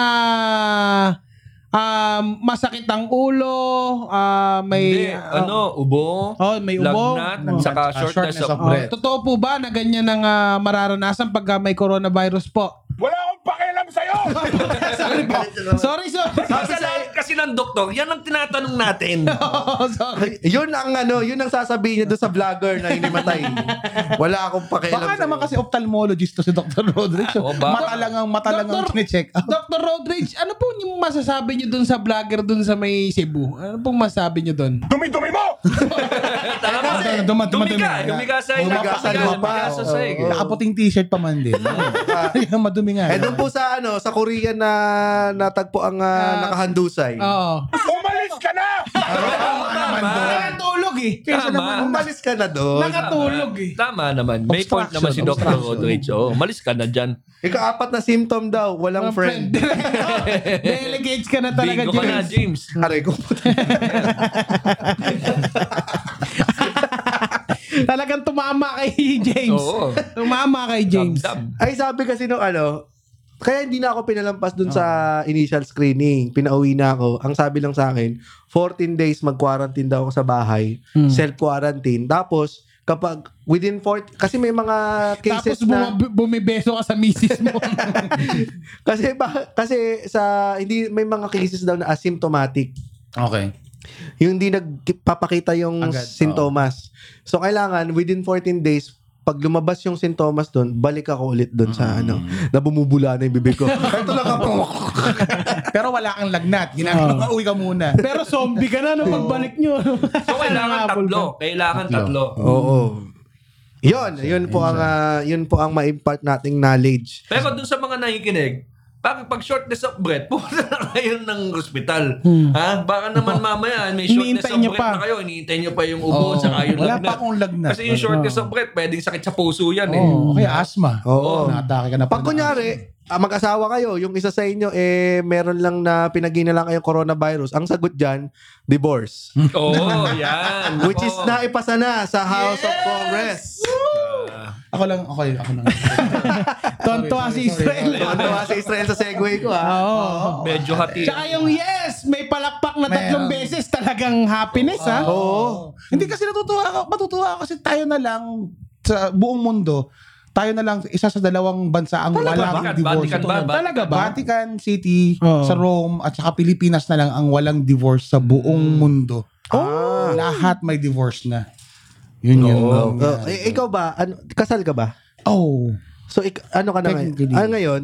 um, masakit ang ulo, ah,
Hindi,
may... ah,
ano, ubo,
Oh, may ubo.
lagnat,
Oh.
saka
Saka
shortness
shortness
of
of
Oh,
breath.
breath.
totoo po ba na ganyan ang ah, mararanasan pagka may coronavirus po?
Wala akong pakialam lang sa'yo!
sorry po.
Ano
Sorry, sorry.
Kasalanan kasi ng doktor, yan ang tinatanong natin.
Oh, sorry.
Yun ang ano, yun ang sasabihin niya doon sa vlogger na hinimatay. Wala akong pakialam.
Baka
sa'yo.
naman kasi ophthalmologist to si Dr. Roderick.
Ah,
So,
oh,
Oo ba?
mata lang ang mata lang ang
Dr.
check up.
Dr. Rodridge, ano po yung masasabi nyo dun sa vlogger dun sa may Cebu? Ano pong masabi nyo dun?
Dumi-dumi mo!
Tama ba?
Kasi duma- duma-
Humiga,
dumi.
humiga sa ina.
Humiga sa lupa.
sa
Oo.
sahig. eh.
Nakaputing t-shirt pa man din. Kaya Madumi nga.
Eh doon po sa ano, sa Korea na natagpo ang ah, nakahandusay.
Oo.
Umalis ka na!
Ah.
Nakatulog eh.
Tama.
Umalis ka na doon.
Nakatulog eh.
Tama naman. May point naman si Dr.
Obstruction.
Rodriguez. Oh, malis ka na dyan.
Ikaapat na symptom daw, walang friend.
Delegate ka na talaga,
Bingo ka na,
James.
James.
Aray ko.
Talagang tumama kay James.
Oo.
Tumama kay James.
Dab-dab.
Ay sabi kasi nung ano, kaya hindi na ako pinalampas dun sa
Ah.
initial screening. Pinauwi na ako. Ang sabi lang sa akin, 14 days mag-quarantine daw ako sa bahay.
Hmm.
Self-quarantine. Tapos, kapag within 4, kasi may mga
Tapos
cases na...
bum- bumibeso ka sa misis mo.
Kasi, ba, kasi sa, hindi, may mga cases daw na asymptomatic.
Okay.
Yung hindi nagpapakita yung
Agad,
sintomas. So, kailangan within 14 days, pag lumabas yung sintomas doon, balik ako ulit doon sa ano, na bumubula na yung bibig ko. Ito lang ako.
Pero wala kang
Ah.
lagnat. Ginagawa, uwi ka muna.
Pero zombie ka na nung pagbalik nyo.
So, kailangan tatlo. Kailangan tatlo.
Oo. Yun, yun po ang ah, yun po ang ma-impart nating knowledge.
Pero dun sa mga nakikinig, pag, pag shortness of breath, pumunta na kayo ng ospital.
Hmm.
Ha? Baka naman mamaya, may shortness
Iniintay
of
niyo
breath
pa.
na kayo. Iniintay nyo pa yung ubo, saka yung
Wala
lagnat.
pa akong lagnat.
Kasi yung shortness of breath, pwedeng sakit sa puso yan eh.
Oo, Oh, kaya asthma.
Oo.
Nakatake ka na.
Pag kunyari, ah, mag-asawa kayo, yung isa sa inyo, eh, meron lang na pinagina lang kayong coronavirus. Ang sagot dyan, divorce.
Oo, yan.
Which is
Oo.
naipasa na sa House of Congress.
Ako lang, okay, ako lang.
Tontuwa si
Ah,
Israel.
Tuwan-tuwa si Israel sa segue ko, ah. ha?
Oo.
Medyo hati.
Tsaka yung yes, may um, palakpak na tatlong
Meron.
beses talagang happiness ha.
Oo.
Hindi kasi natutuwa ako, matutuwa ako kasi tayo na lang sa buong mundo, tayo na lang isa sa dalawang bansa ang walang
Vatican,
divorce.
Vatican ba?
Ito na-
Talaga
ba?
Vatican City,
Oo.
sa Rome, at saka Pilipinas na lang ang walang divorce sa buong mundo. Oh,
Ah.
Lahat may divorce na. Yun yun.
Oo.
Yun.
Oh, eh, ikaw ba? Ano, kasal ka ba?
Oh.
So, ik- ano ka na ngayon?
Technically.
Ah, ngayon?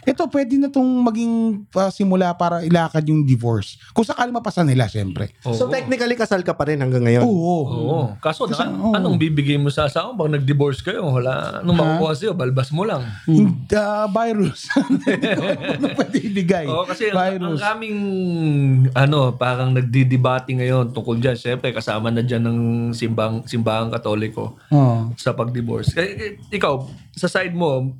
Ito, pwede na tong maging ah, simula para ilakad yung divorce. Kung sakali mapasa nila, syempre.
Oo.
So, technically, kasal ka pa rin hanggang ngayon?
Oo.
Oo. Kaso, naka-
oo.
anong bibigay mo sa asawa pag nag-divorce kayo? Wala. Anong makukuha sa'yo? Balbas mo lang.
Ah, virus. ano pwede ibigay?
Oo, kasi ang, ang
virus.
kaming ano, parang nagdidebate ngayon tungkol dyan. Siyempre, kasama na dyan ng simbang, simbahang katoliko
Oo.
sa pag-divorce. Eh, eh, ikaw, sa side mo,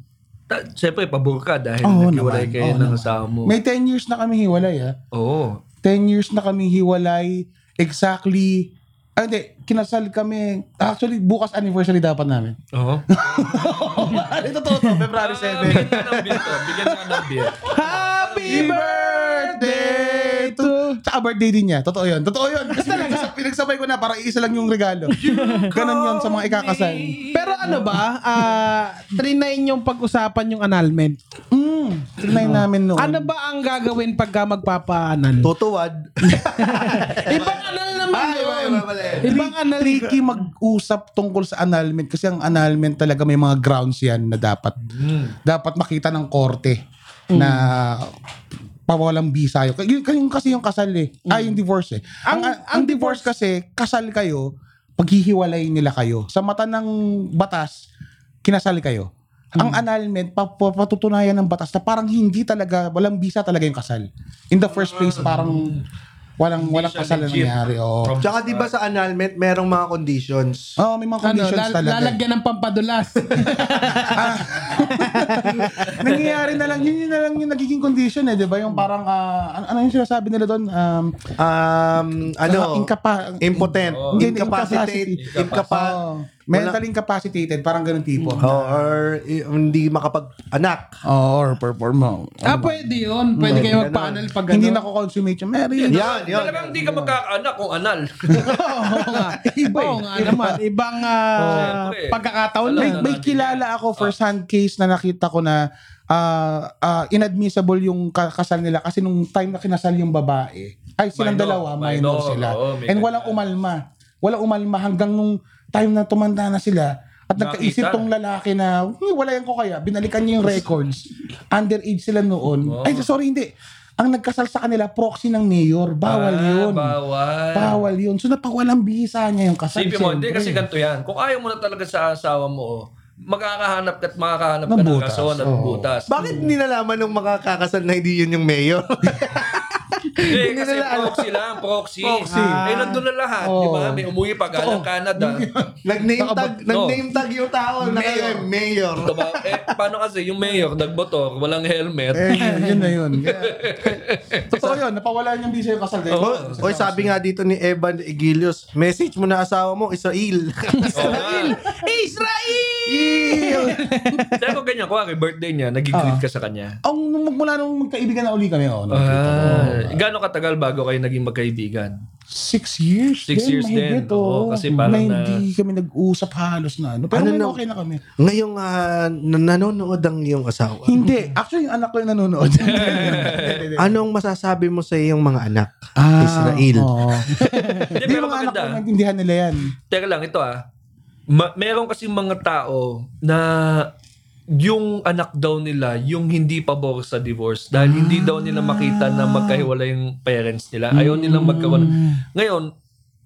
ta- siyempre, pabor ka dahil
Oo
naghiwalay
naman,
kayo
oo
ng
naman.
asawa mo.
May 10 years na kami hiwalay ah.
Oo.
10 years na kami hiwalay. Exactly. Ah, hindi. Kinasal kami. Actually, bukas anniversary dapat namin.
Oo.
Ano totoo to? February
Ah, Bigyan ka ng beer to. Bigyan ka ng beer.
Happy birthday to...
Tsaka birthday din niya. Totoo yun. Totoo yun. Kasi pinagsabay, pinagsabay ko na para iisa lang yung regalo. Ganon yun sa mga ikakasal.
Pero ano ba, ah, trinayin yung pag-usapan yung annulment.
Mm, trinay namin noon.
Ano ba ang gagawin pagka magpapa-annul?
Tutuwad.
Ibang annul naman
Ay, iba,
yun.
iba pala yun.
Ibang annul.
tricky mag-usap tungkol sa annulment kasi ang annulment talaga may mga grounds yan na dapat dapat makita ng korte na pawalang bisa yun. Yun, yun kasi yung kasal eh. Ah, yung divorce eh. Ang, ang, divorce, kasi, kasal kayo, paghihiwalay nila kayo. Sa mata ng batas, kinasal kayo. Ang annulment, pa- pa- patutunayan ng batas na parang hindi talaga, walang bisa talaga yung kasal. In the first place, parang walang walang
siya
kasal na
legit.
nangyari. Oo.
Tsaka di ba sa annulment, merong mga conditions.
Oo, may mga
Ano,
conditions
lal-
talaga. eh.
lalagyan ng pampadulas.
Nangyayari na lang, yun yun na lang yung nagiging condition eh, di ba? Yung parang, ah, ano, ano yung sinasabi nila doon? Um,
Um,
ah,
ano?
incapa-
impotent.
Oo.
Incapacitated. Incapa-
Oo. mentally incapacitated, parang ganun tipo.
Oh, or eh, hindi makapag-anak.
Oh, or perform mo.
ah, pwede yun. Pwede kayo magpa-annul pag
Hindi
ganun.
na ko consummate yung marriage.
Yan, yan.
Talagang hindi ka magkakaanak kung anal.
Oo nga. Iba eh. nga naman. Ibang ah,
Oo, syempre.
pagkakataon
Alam
na.
May,
na
may
natin
kilala ako first hand case na nakita ko na ah, ah, inadmissible yung ka- kasal nila kasi nung time na kinasal yung babae, ay silang
Minor,
dalawa, minor,
minor,
sila.
oo, may
And walang
ganyan.
umalma. Walang umalma hanggang nung time na tumanda na sila at nagkaisip
Nakita.
tong lalaki na, "Hmm, walayan ko kaya, binalikan niya yung records. Underage sila noon. Ay, sorry, hindi. Ang nagkasal sa kanila, proxy ng mayor. Bawal
Ah,
yun.
Bawal.
Bawal yun. So, napawalang bisa niya yung kasal.
Isipin mo, hindi
siyempre.
kasi ganito yan. Kung ayaw mo na talaga sa asawa mo, magkakahanap ka at makakahanap ka
Ng
ng
butas,
rason at
oo.
butas.
Bakit nilalaman ng makakakasal na hindi yun yung mayor?
Hindi,
Hindi
kasi
nila alam.
proxy lang, proxy.
Proxy.
Eh, nandun na lahat,
Oo.
di ba? May umuwi pa galang Canada.
Nag-name tag,
Nakabag-
nag-name tag yung tao. Nakalagay, mayor.
Diba? Eh, paano kasi yung mayor, nagmotor, walang helmet.
Eh, yun na yun. Kaya- Totoo yun. Napawalan yung bisa yung kasal. Dahil-
Oh, oy, sabi nga dito ni Evan Igilios, message mo na asawa mo, Israel.
Israel!
Israel!
Kaya kung ganyan, kuwari, birthday niya, nag-greet ka sa kanya.
Ang nung magmula nung magkaibigan na uli kami, oh, nakita ko.
Ah, gano'ng katagal bago kayo naging magkaibigan?
Six years?
Six
din,
years
mahigit,
din. Oo,
oo.
kasi parang na-
na, hindi kami nag-usap halos na ano. Pero
Ano
ngayon
na-
okay na kami.
Ngayong ah, nan- nanonood ang iyong asawa,
Hindi. Actually, yung anak ko yung nanonood.
anong masasabi mo sa iyong mga anak?
ah,
Israel.
oo.
Hindi,
Hindi
pero
mga anak ko
maganda.
naintindihan nila yan.
Teka lang, ito ah. Ma- meron kasi mga tao na yung anak daw nila, yung hindi pabor sa divorce dahil hindi daw nila makita na magkahiwalay yung parents nila. Ayaw nilang magkaroon.
Mm.
Ngayon,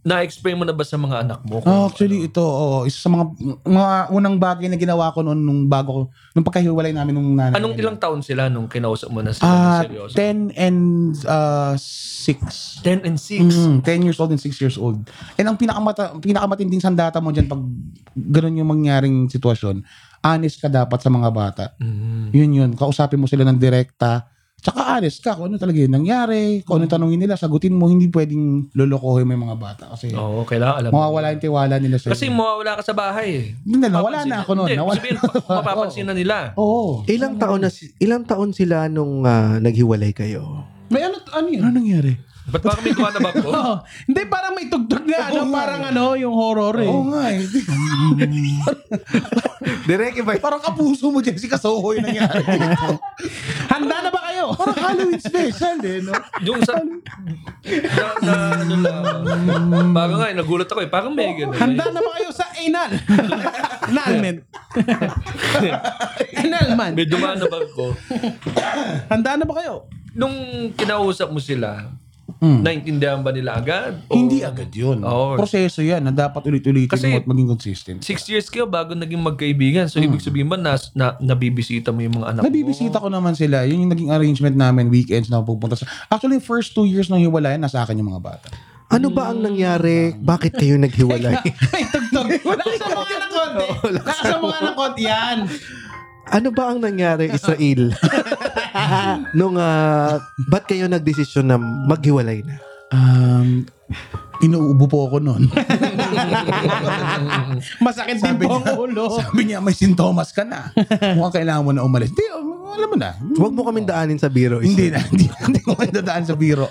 na-explain mo na ba sa mga anak mo?
Oh, actually, ito, oo, isa sa mga, mga unang bagay na ginawa ko noon nung bago ko, nung pagkahiwalay namin nung nanay.
Anong ilang taon sila nung kinausap mo na sila
Ah,
ng seryoso?
10 and uh, 6.
10 and 6.
Mm, 10 years old and 6 years old. And ang pinakamata, pinakamatinding sandata mo dyan pag ganun yung mangyaring sitwasyon, honest ka dapat sa mga bata. Yun yun, kausapin mo sila ng direkta. Tsaka honest ka kung ano talaga yung nangyari,
Mm.
kung ano yung tanongin nila, sagutin mo, hindi pwedeng lolokohin mo yung mga bata kasi
Mm. Oo, kailangan alam. mo.
mawawala yung tiwala nila sa'yo.
Kasi mawawala ka sa bahay eh.
Hindi na, nawala
Papansin-
na ako noon.
Hindi,
Nawala.
sabihin, mapapansin na nila.
Oo.
Ilang taon na si- ilang taon sila nung ah, naghiwalay kayo?
May ano, ano yun?
Ano nangyari?
Ba't parang may kuha na ba ako?
Oo. Hindi, parang may tugtog na. Ano, parang ano, yung horror eh.
Oo nga eh.
Direk iba.
Parang kapuso mo, Jessica Soho yung nangyari.
Handa na ba kayo?
Parang Halloween special eh, no?
Yung sa... na, na, ano lang. Parang nga, eh, nagulat ako eh. Parang may ganun.
Handa na ba kayo sa anal? anal, man. anal, man.
May dumanabag ko.
Handa na ba kayo?
Nung kinausap mo sila,
Hmm.
naintindihan ba nila agad? O-
Hmm. Hindi agad yun.
Oh.
Oo.
Proseso yan na dapat ulit-ulitin
Kasi-
mo at maging consistent.
Six years kayo bago naging magkaibigan. So, ibig sabihin ba, nas, na, nabibisita mo yung mga anak
Nabibisita ko naman sila. Yun yung naging arrangement namin weekends na pupunta sa... Actually, first two years nung hiwalayan, nasa akin yung mga bata.
Ano ba ang nangyari? Bakit kayo naghiwalay?
May tugtog. Nakasama ka ng konti. Nakasama ka ng konti. Yan.
ano ba ang nangyari, Israel? nung ah, ba't kayo nagdesisyon na maghiwalay na?
Um, inuubo po ako noon.
Masakit din
Sabi
po ang
niya-
ulo.
Sabi niya, may sintomas ka na. Mukhang kailangan mo na umalis. Hindi, alam mo na.
Huwag mo kaming daanin sa biro. Israel.
Hindi na. Hindi, hindi ko dadaan sa biro.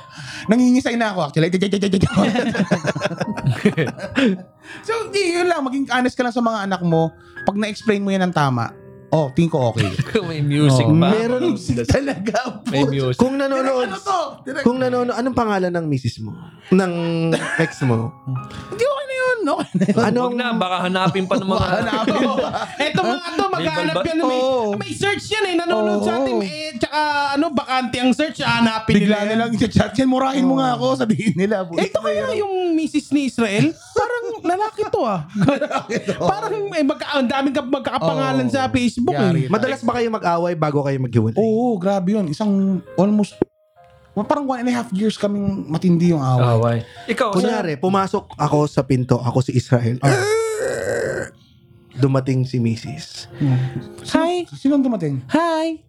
Nangingisay na ako actually. so, di, yun lang. Maging honest ka lang sa mga anak mo. Pag na-explain mo yan ng tama, oh, tingin ko okay.
mo? May music
Oo.
ba? Ano
Meron-
Talaga po.
May music.
Kung nanonood, kung nanonood, anong pangalan ng misis mo? Ng ex mo?
Hindi okay na yun. Okay na yun.
Anong... Huwag
Anong,
na, baka hanapin pa ng mga...
Oo. Eto mga to, maghanap
balba-
yan. May,
Oo.
may search yan eh. Nanonood sa atin.
Oo.
Eh, tsaka ano, bakante ang search. Hanapin
Bigla
nila
na
yan.
lang i-chat yan. Murahin mo nga ako. Sabihin nila. puti
Ito
na yun.
kaya yung misis ni Israel? Parang lalaki to ah. Parang eh, magka, ang daming kap- magkakapangalan
Oo.
sa Facebook eh.
Yari.
madalas ba kayo mag-away bago kayo maghiwalay?
Oo, grabe yun. Isang almost, parang one and a half years kaming matindi yung away.
Away. Ah, Ikaw,
Kunyari, pumasok ako sa pinto, ako si Israel. Ah. Dumating si Mrs.
Hi!
Sinong dumating?
Hi!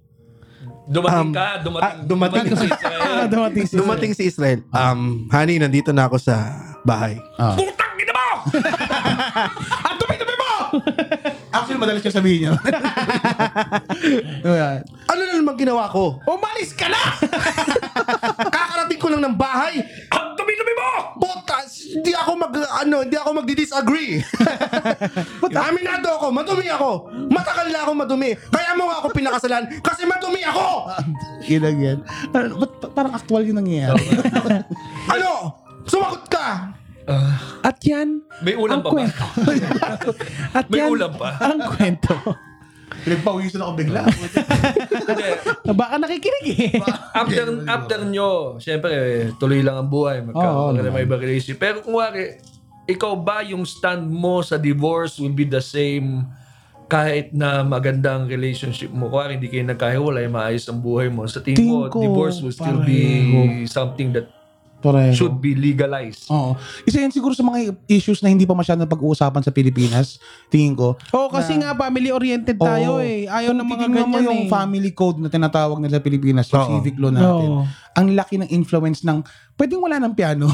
dumating
Um,
ka, dumating,
ah, dumating-
si Israel.
Ah, dumating si
Dumating si Israel. Um, honey, nandito na ako sa bahay.
Ah.
Putang ina mo!
At dumi-dumi mo!
Actually, madalas siya sabihin niya. yeah.
Ano na naman ginawa ko?
Umalis ka na!
Kakarating ko lang ng bahay.
Ang dumi-dumi mo!
Butas! hindi ako mag ano, hindi ako magdi-disagree. Aminado ako, madumi ako. Matagal na ako madumi. Kaya mo nga ako pinakasalan kasi madumi ako.
Yun lang yan. Ano, ba't pa- parang actual yung nangyayari?
Ano? Sumagot ka.
At yan,
Ah, May ulam
ang
pa ba?
kwento. At
May
yan,
ulam pa.
ang kwento.
Pinagpawisan ako bigla.
Hindi.
Baka nakikinig eh.
After, after nyo, syempre, tuloy lang ang buhay. Magkakaroon na may iba relationship. Pero kung wari, ikaw ba yung stand mo sa divorce will be the same kahit na maganda ang relationship mo. Kung hindi kayo nagkahiwalay, maayos ang buhay mo. Sa tingin mo,
Tingin ko,
divorce will still be something that
Pareho.
should be legalized.
Oo. Isa yan siguro sa mga issues na hindi pa masyadong pag-uusapan sa Pilipinas, tingin ko.
Oo, kasi nga family-oriented tayo
Oo.
eh. Ayaw ng
Kung
mga
titingnan
ganyan
mo yung
eh.
family code na tinatawag nila sa Pilipinas, yung civic law natin,
Oo.
ang laki ng influence ng, pwedeng wala ng piano.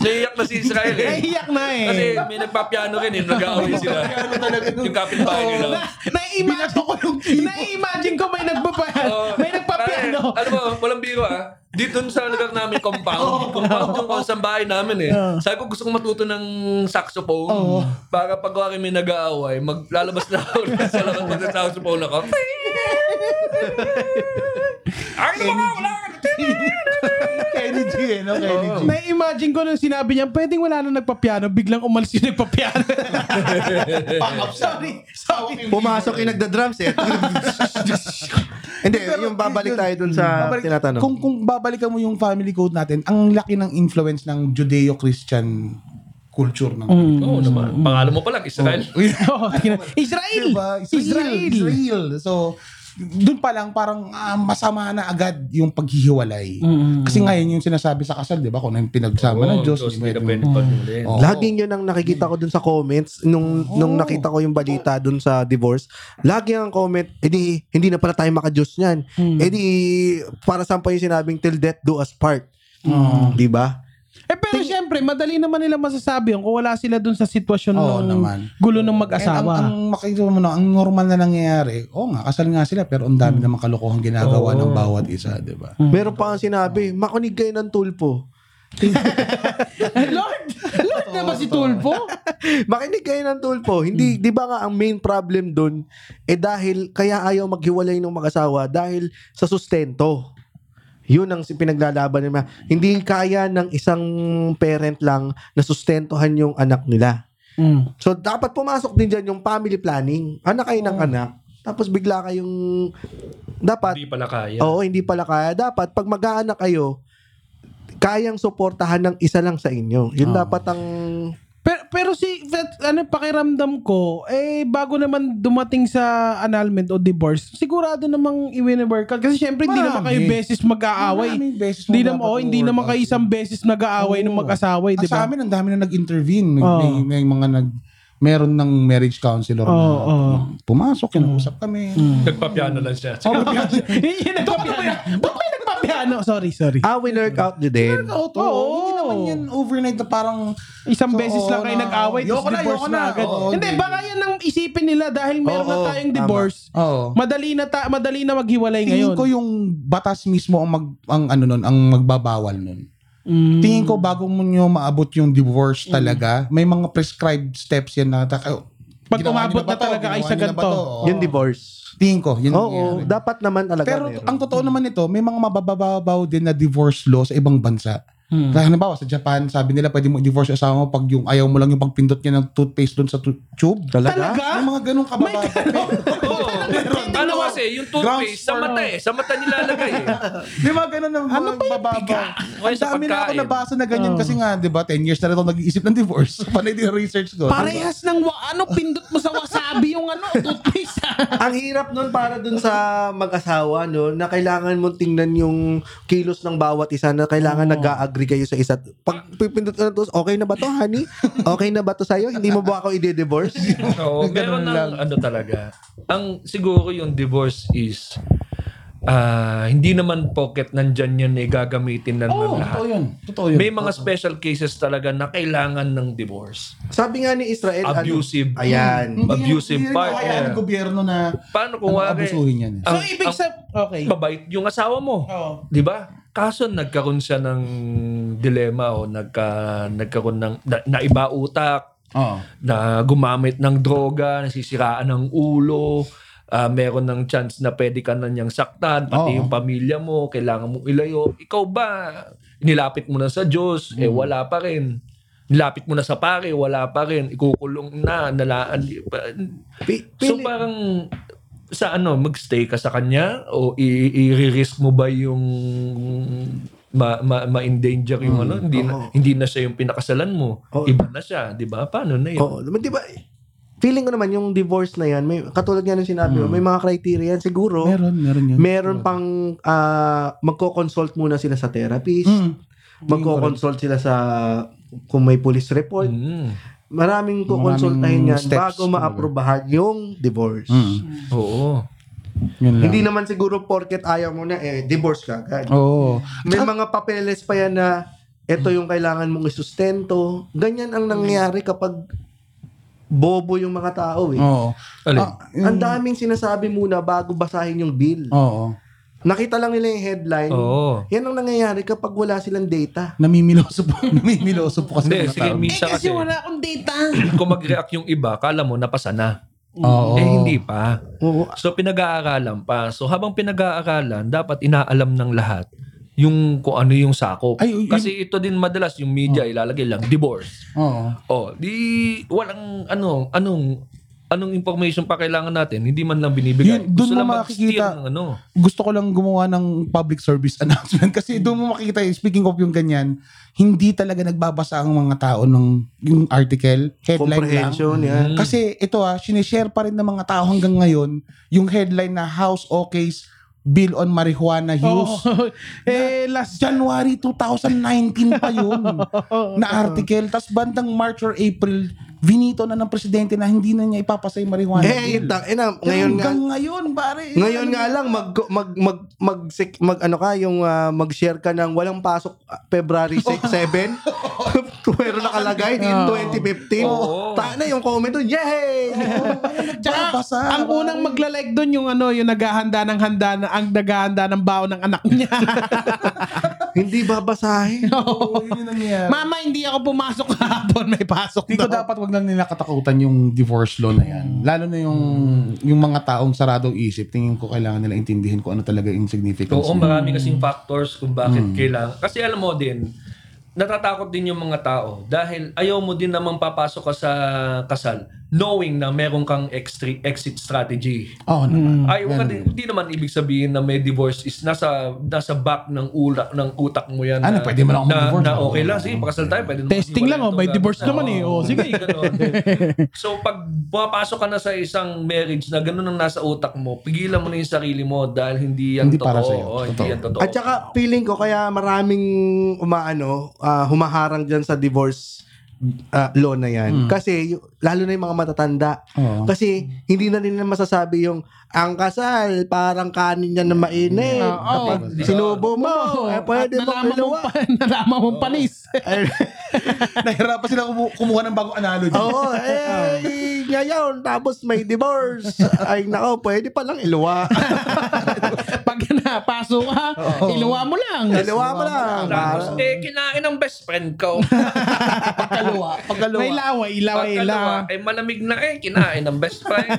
Naiyak na si Israel eh.
Naiiyak na eh.
Kasi may nagpapiano rin eh. Nag-aaway sila. yung kapitbahay nila.
na-imagine ko yung Na-imagine ko may nagpapa
Oo.
may nagpapiano.
Pare, Ano ba, walang biro ah. Dito sa lugar namin, compound. compound yung kung saan bahay namin eh. Sabi ko gusto kong matuto ng saxophone. Para pag wari may nag-aaway, maglalabas na ako sa labas pag saxophone ako. Ang mga wala ka
Kenny G, eh, no? Kenny G.
Na-imagine ko nung sinabi niya, pwedeng wala na nagpapiano, biglang umalis yung nagpapiano. sorry, sorry.
Pumasok yung nagda-drums eh. Hindi, yung babalik tayo dun sa Ah,
Babalik-
tinatanong.
Kung, kung babalikan mo yung family code natin, ang laki ng influence ng Judeo-Christian culture ng
Oo naman. Pangalan mo pala, Israel.
Oo, tingnan. Israel!
Diba? Israel.
Israel!
Israel. So, doon pa lang parang ah, masama na agad yung paghihiwalay. Kasi nga yun yung sinasabi sa kasal, di ba? Kung ano yung pinagsama ng Diyos.
Diyos,
di ba?
hindi ka pwede pagdulin.
Oo.
Lagi yun ang nakikita ko dun sa comments nung nung nakita ko yung balita dun sa divorce. Lagi ang comment, edi hindi na pala tayo maka-Diyos niyan. Edi para saan pa yung sinabing till death do us part. 'Di ba?
Eh pero syempre, madali naman nila masasabi yun kung wala sila dun sa sitwasyon ng
Oo, naman.
gulo ng
And ang, ang
mag-asawa.
makikita mo na, ang normal na nangyayari, oo nga, kasal nga sila, pero ang
Mm.
dami namang kalokohan ginagawa ng bawat isa, diba? di ba?
Meron pa ang sinabi, makunig kayo ng tulpo.
Lord! Lord na ba si Tulfo?
Makinig kayo ng tulpo. Hindi, di ba nga ang main problem dun, eh dahil kaya ayaw maghiwalay ng mag-asawa dahil sa sustento. Yun ang si- pinaglalaban nila. Hindi kaya ng isang parent lang na sustentuhan yung anak nila.
Mm.
So, dapat pumasok din dyan yung family planning. Anak kayo ng anak. Tapos bigla kayong... Dapat,
Hindi pala kaya.
oo, hindi pala kaya. Dapat, pag mag-aanak kayo, kayang suportahan ng isa lang sa inyo. Yun dapat ang...
Pero, pero si, that- ano, pakiramdam ko, eh, bago naman dumating sa annulment o divorce, sigurado namang i-work out. Kasi syempre, hindi naman
Marami.
kayo beses mag-aaway.
Maraming beses
Hindi
na
naman,
dapat
oh, hindi naman
i-work
kayo isang beses nag-aaway ng
Oo.
mag-asawa, eh,
Ang
di
Sa
ba?
amin, ang dami na nag-intervene. May,
Oo.
may- may mga nag... Meron ng marriage counselor na
Oo, oo. Mm.
pumasok, kinausap kami.
Nagpapiano lang siya.
Yun yung nagpapiano. Ba't may nagpapiano? Sorry, sorry.
Ah, we work out nyo din.
Oo, to.
Oo.
Hindi naman yan overnight na parang
Isang
So,
beses lang
oo
kayo
na.
nag-away, tapos
Yoko na,
divorce
yoko
na,
na.
agad.
Oo,
hindi,
hindi.
baka yan ang isipin nila dahil meron
Oo,
na tayong
tama.
divorce.
Oo.
Madali na ta- madali na maghiwalay ngayon.
tingin ko yung batas mismo ang mag ang ano nun, ang magbabawal nun.
Mm.
Tingin ko bago mo nyo maabot yung divorce talaga, may mga prescribed steps yan na ta- oh,
Pag
ginawa
umabot
nyo
na
ba to?
talaga kayo
Ginawa
sa
nyo na ba
ganito.
to? Oo.
Yung divorce.
Tingin ko, yun
Oo,
nangyayari.
dapat naman talaga
Pero
meron.
ang totoo naman nito, may mga mabababaw din na divorce law sa ibang bansa.
Hmm.
Kaya halimbawa sa Japan, sabi nila pwede mo i-divorce yung asawa mo pag yung ayaw mo lang yung pagpindot niya ng toothpaste doon sa tu- tube.
Talaga?
May mga ganun kababa.
Oo. Ano kasi, yung toothpaste, sa mata eh. Sa mata nilalagay eh.
Di ba ganun ang
Ano ba yung Oh. biga?
mabababaw?
Kaya
Ang
sa
dami na ako
pagkain.
nabasa na ganyan kasi nga, di ba, 10 years na rin ako nag-iisip ng divorce. Panay din ang research ko.
Parehas ng wa- ano pindot mo sa wasabi yung ano toothpaste.
ang hirap nun para dun sa mag-asawa no na kailangan mong tingnan yung kilos ng bawat isa na kailangan nag-agree kayo sa isa't pag pipindot ka na to okay na ba to honey okay na ba to sa'yo hindi mo ba ako i-divorce
Oo, meron ng ano talaga. Ang siguro yung divorce is ah, hindi naman pocket nandyan yan eh gagamitin na ng lahat.
yun. Oh, Totoo
May um, mga special cases talaga na kailangan ng divorce.
sabi nga ni Israel ano-
Abusive. Hmm.
ayan
Abusive
Kaya
partner.
ng gobyerno na
Paano kung wari,
abusuhin yan. eh.
so
ang-
ibig
ang
sa okay. Oh.
mabait yung asawa mo.
Oo.
Di ba? Kaso nagkaroon siya ng dilema o nagka, nagkaroon ng na, naiba utak,
Oh.
Oo.
na gumamit ng droga, nasisiraan ng ulo, ah, meron ng chance na pwede ka na niyang saktan, pati
Oo.
yung pamilya mo, kailangan mong ilayo. Ikaw ba, nilapit mo na sa Diyos,
Hmm.
eh wala pa rin. Nilapit mo na sa pare, wala pa rin. Ikukulong na, nalaan.
Pi-
So
pili-
parang sa ano, magstay ka sa kanya o i- i- i-risk mo ba yung ma, ma, ma-endanger yung ano, hindi na, hindi na siya yung pinakasalan mo.
Hmm. Oo.
Iba na siya, 'di ba? Paano na yun?
Oo, naman, di ba? Feeling ko naman yung divorce na yan, may, katulad nga ng sinabi mo, may mga criteria yan. Siguro,
Mm. Meron, meron yun.
meron pang ah, magko-consult muna sila sa therapist,
Hmm.
magko-consult sila sa kung may police report.
Mm.
Maraming kukonsultahin yan
Hmm. steps, Hmm.
bago ma-approbahan yung divorce.
Oo.
Yun lang.
Hindi naman siguro porket ayaw mo na, eh, divorce ka agad.
Oo.
May mga papeles pa yan na ito
Hmm.
yung kailangan mong isustento. Ganyan ang nangyayari kapag bobo yung mga tao eh.
Oo.
Alin?
Ah, yung-
Ang daming sinasabi muna bago basahin yung bill.
Oo.
Nakita lang nila yung headline.
Oh.
Oo.
Yan ang nangyayari kapag wala silang data.
Namimiloso po. Namimiloso po kasi.
Hindi,
mga
sige,
tao.
Eh,
misa
kasi
kasi.
wala akong data.
Kung mag-react yung iba, kala mo napasa na.
Oo.
Eh hindi pa.
Oo.
So pinag-aaralan pa. So habang pinag-aaralan, dapat inaalam ng lahat yung kung ano yung sakop.
Ay, yun- Oh.
Kasi ito din madalas yung media ilalagay lang divorce.
Oo.
Oh, di walang ano, anong anong information pa kailangan natin? Hindi man lang binibigay.
Yun, dun
Gusto
mo
lang mag-steer
makikita.
ng ano.
Gusto ko lang gumawa ng public service announcement kasi doon mo makikita, eh, speaking of yung ganyan, hindi talaga nagbabasa ang mga tao ng yung article, headline lang.
Comprehension yan.
Mm.
Kasi ito ah, sinishare pa rin ng mga tao hanggang ngayon yung headline na House OK's Bill on Marijuana Use.
Oo. eh, last
January 2019 pa yun na article. Tapos bandang March or April, vinito na ng presidente na hindi na niya ipapasa yung marijuana
Eh,
bill.
ta- eh, na, ngayon nga,
hanggang ngayon, pare.
ngayon nga lang mag mag mag mag, sik- mag ano ka yung ah, mag-share ka ng walang pasok ah, February 6, 7. Pero nakalagay in 2015.
Oo.
Ta na yung comment doon. Yay!
Tsaka,
Babasa,
Ah, ang
pare.
unang maglalike doon yung ano, yung naghahanda ng handa, na, ang naghahanda ng baon ng anak niya.
Hindi babasahin.
Oo, yun yung nangyayari.
Mama, hindi ako pumasok kahapon, may pasok
Hindi ko
daw.
dapat wag lang nila katakutan yung divorce law na yan. Lalo na yung yung mga taong saradong isip, tingin ko kailangan nila intindihin kung ano talaga yung significance.
Oo,
niya.
marami kasing factors kung bakit kailangan. Kasi alam mo din, natatakot din yung mga tao dahil ayaw mo din namang papasok ka sa kasal knowing na meron kang extra, exit strategy.
Oo naman.
Ayaw ka din, hindi naman ibig sabihin na may divorce is nasa nasa back ng ulak ng utak mo yan.
Ah, na pwede mo lang ako
na,
mag-divorce.
na okay lang, sige, pakasal tayo. Pwede naman
Testing
hiwalay
lang, oh,
to,
may
ganun.
divorce naman eh. Oh, sige.
ganun. so pag papasok ka na sa isang marriage na ganun ang nasa utak mo, pigilan mo na yung sarili mo dahil hindi yan
Hindi
totoo.
para sa'yo.
Oh, hindi
Totoo.
yan totoo.
At saka feeling ko kaya maraming umaano ah, humaharang diyan sa divorce ah, law na
Hmm.
yan. Kasi y- lalo na yung mga matatanda.
Oo.
Kasi hindi na nila masasabi yung ang kasal parang kanin niya na mainit.
Oo.
Kapag sinubo mo, eh, pwede Eh,
At
mo
nalaman mong
ilawa.
pa- eh, nalaman mong panis.
Nahirapan Ah, sila kumu- kumuha ng bagong analogy.
Oo, eh, ngayon, tapos may divorce. Ay, nako, pwede palang iluwa.
Pag napaso ka, iluwa mo lang.
iluwa mo lang.
Tapos,
Parang-
eh, kinain ang best friend ko.
Pagkalawa. Pagkalawa.
May lawa, ilaw, ilaw.
Pagkalawa, eh, malamig na eh, kinain ang best friend.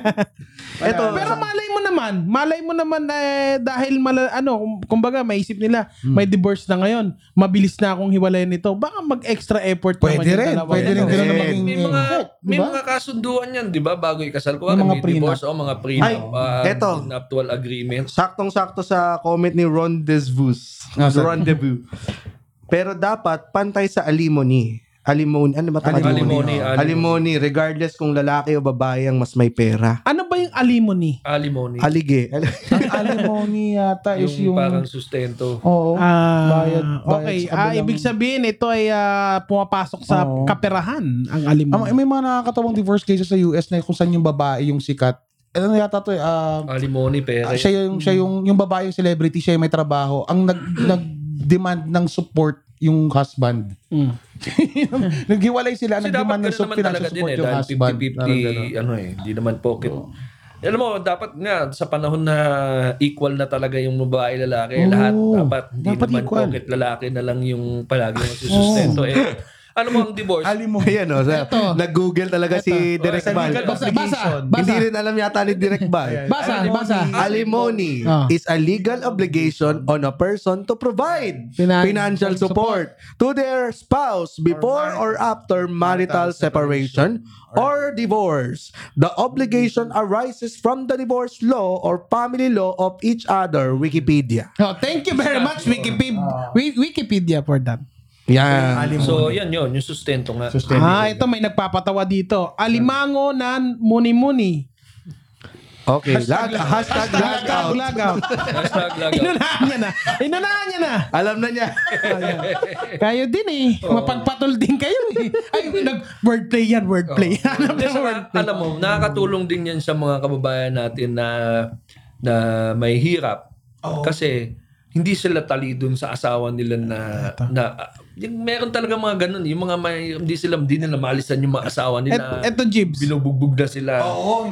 Eto,
Pero malay mo naman, malay mo naman eh, dahil mala, ano, kum- kumbaga maisip nila, may divorce na ngayon, mabilis na akong hiwalayan nito. Baka mag-extra effort naman
Pwede
yung
rin,
dalawa.
pwede rin,
Ano?
ganun ang
Eh,
maging
May mga,
effect,
may
diba?
mga kasunduan yan, di ba? Bago ikasal ko. May
mga
mga divorce o mga prenup.
Ay,
ah,
eto.
Nuptial agreements.
saktong-sakto sa comment ni Ron Desvus.
Ah, sorry.
Rendezvous. Pero dapat pantay sa alimony. Alimony, ano ba ito?
Alimony,
Alimony,
alimony.
regardless kung lalaki o babae ang mas may pera.
Ano ba yung alimony?
Alimony.
Alige.
Ang alimony yata is
Yung
yung...
parang sustento.
Oo.
Ah,
Oh, bayad, bayad
okay. Ah,
sa kabilang-
ibig sabihin, ito ay ah, pumapasok sa
Oo.
kaperahan ang alimony.
Ah, may mga nakakatawang divorce cases sa US na kung saan yung babae yung sikat. Ano yata to eh, ah,
Alimony, pera.
Ah, siya yung siya yung yung babae yung celebrity, siya yung may trabaho. Ang nag
Hmm.
nag-demand ng support yung husband.
Mm.
Naghiwalay sila,
Kasi dapat
nag-demand ng
ganun
sup-
naman
financial
talaga din
support
eh.
yung
Dahil
husband. Parang ganun.
50-50, ano eh. Hindi naman pocket. Alam mo, dapat nga sa panahon na equal na talaga yung babae lalaki, lahat dapat hindi
dapat
naman
equal.
pocket lalaki na lang yung palagi magsusustento. Eh, alam mo ang divorce,
mo. Ayan o. Sa, nag-google talaga si Direk
Sa
Bal.
legal
Basa, basa, basa.
Hindi rin alam yata ni Direk Bal.
Basa, basa.
Alimony
Ah.
is a legal obligation on a person to provide
Finan-
financial support to their spouse before or after marital separation or divorce. The obligation arises from the divorce law or family law of each other, Wikipedia.
Oh, thank you very much Wikipedia, Wikipedia for that.
Yan.
so yan yun, yung sustento nga.
Ah, ito may nagpapatawa dito. Alimango nan muni-muni.
Okay. Lag, hashtag lag out.
Lagaw.
Hashtag lagaw.
Inunahan niya na. Inunahan niya na.
Alam na niya.
Kayo din eh. Mapagpatol din kayo eh. Ay, nag wordplay yan, wordplay. Ano Hanap
Hindi,
ng
saka,
wordplay.
alam mo, nakakatulong din yan sa mga kababayan natin na na may hirap. Kasi hindi sila tali dun sa asawa nila na na yung meron talaga mga ganun, yung mga may hindi sila hindi nila maalisan yung mga asawa
Et,
nila.
eto Jibs.
binubugbog na sila.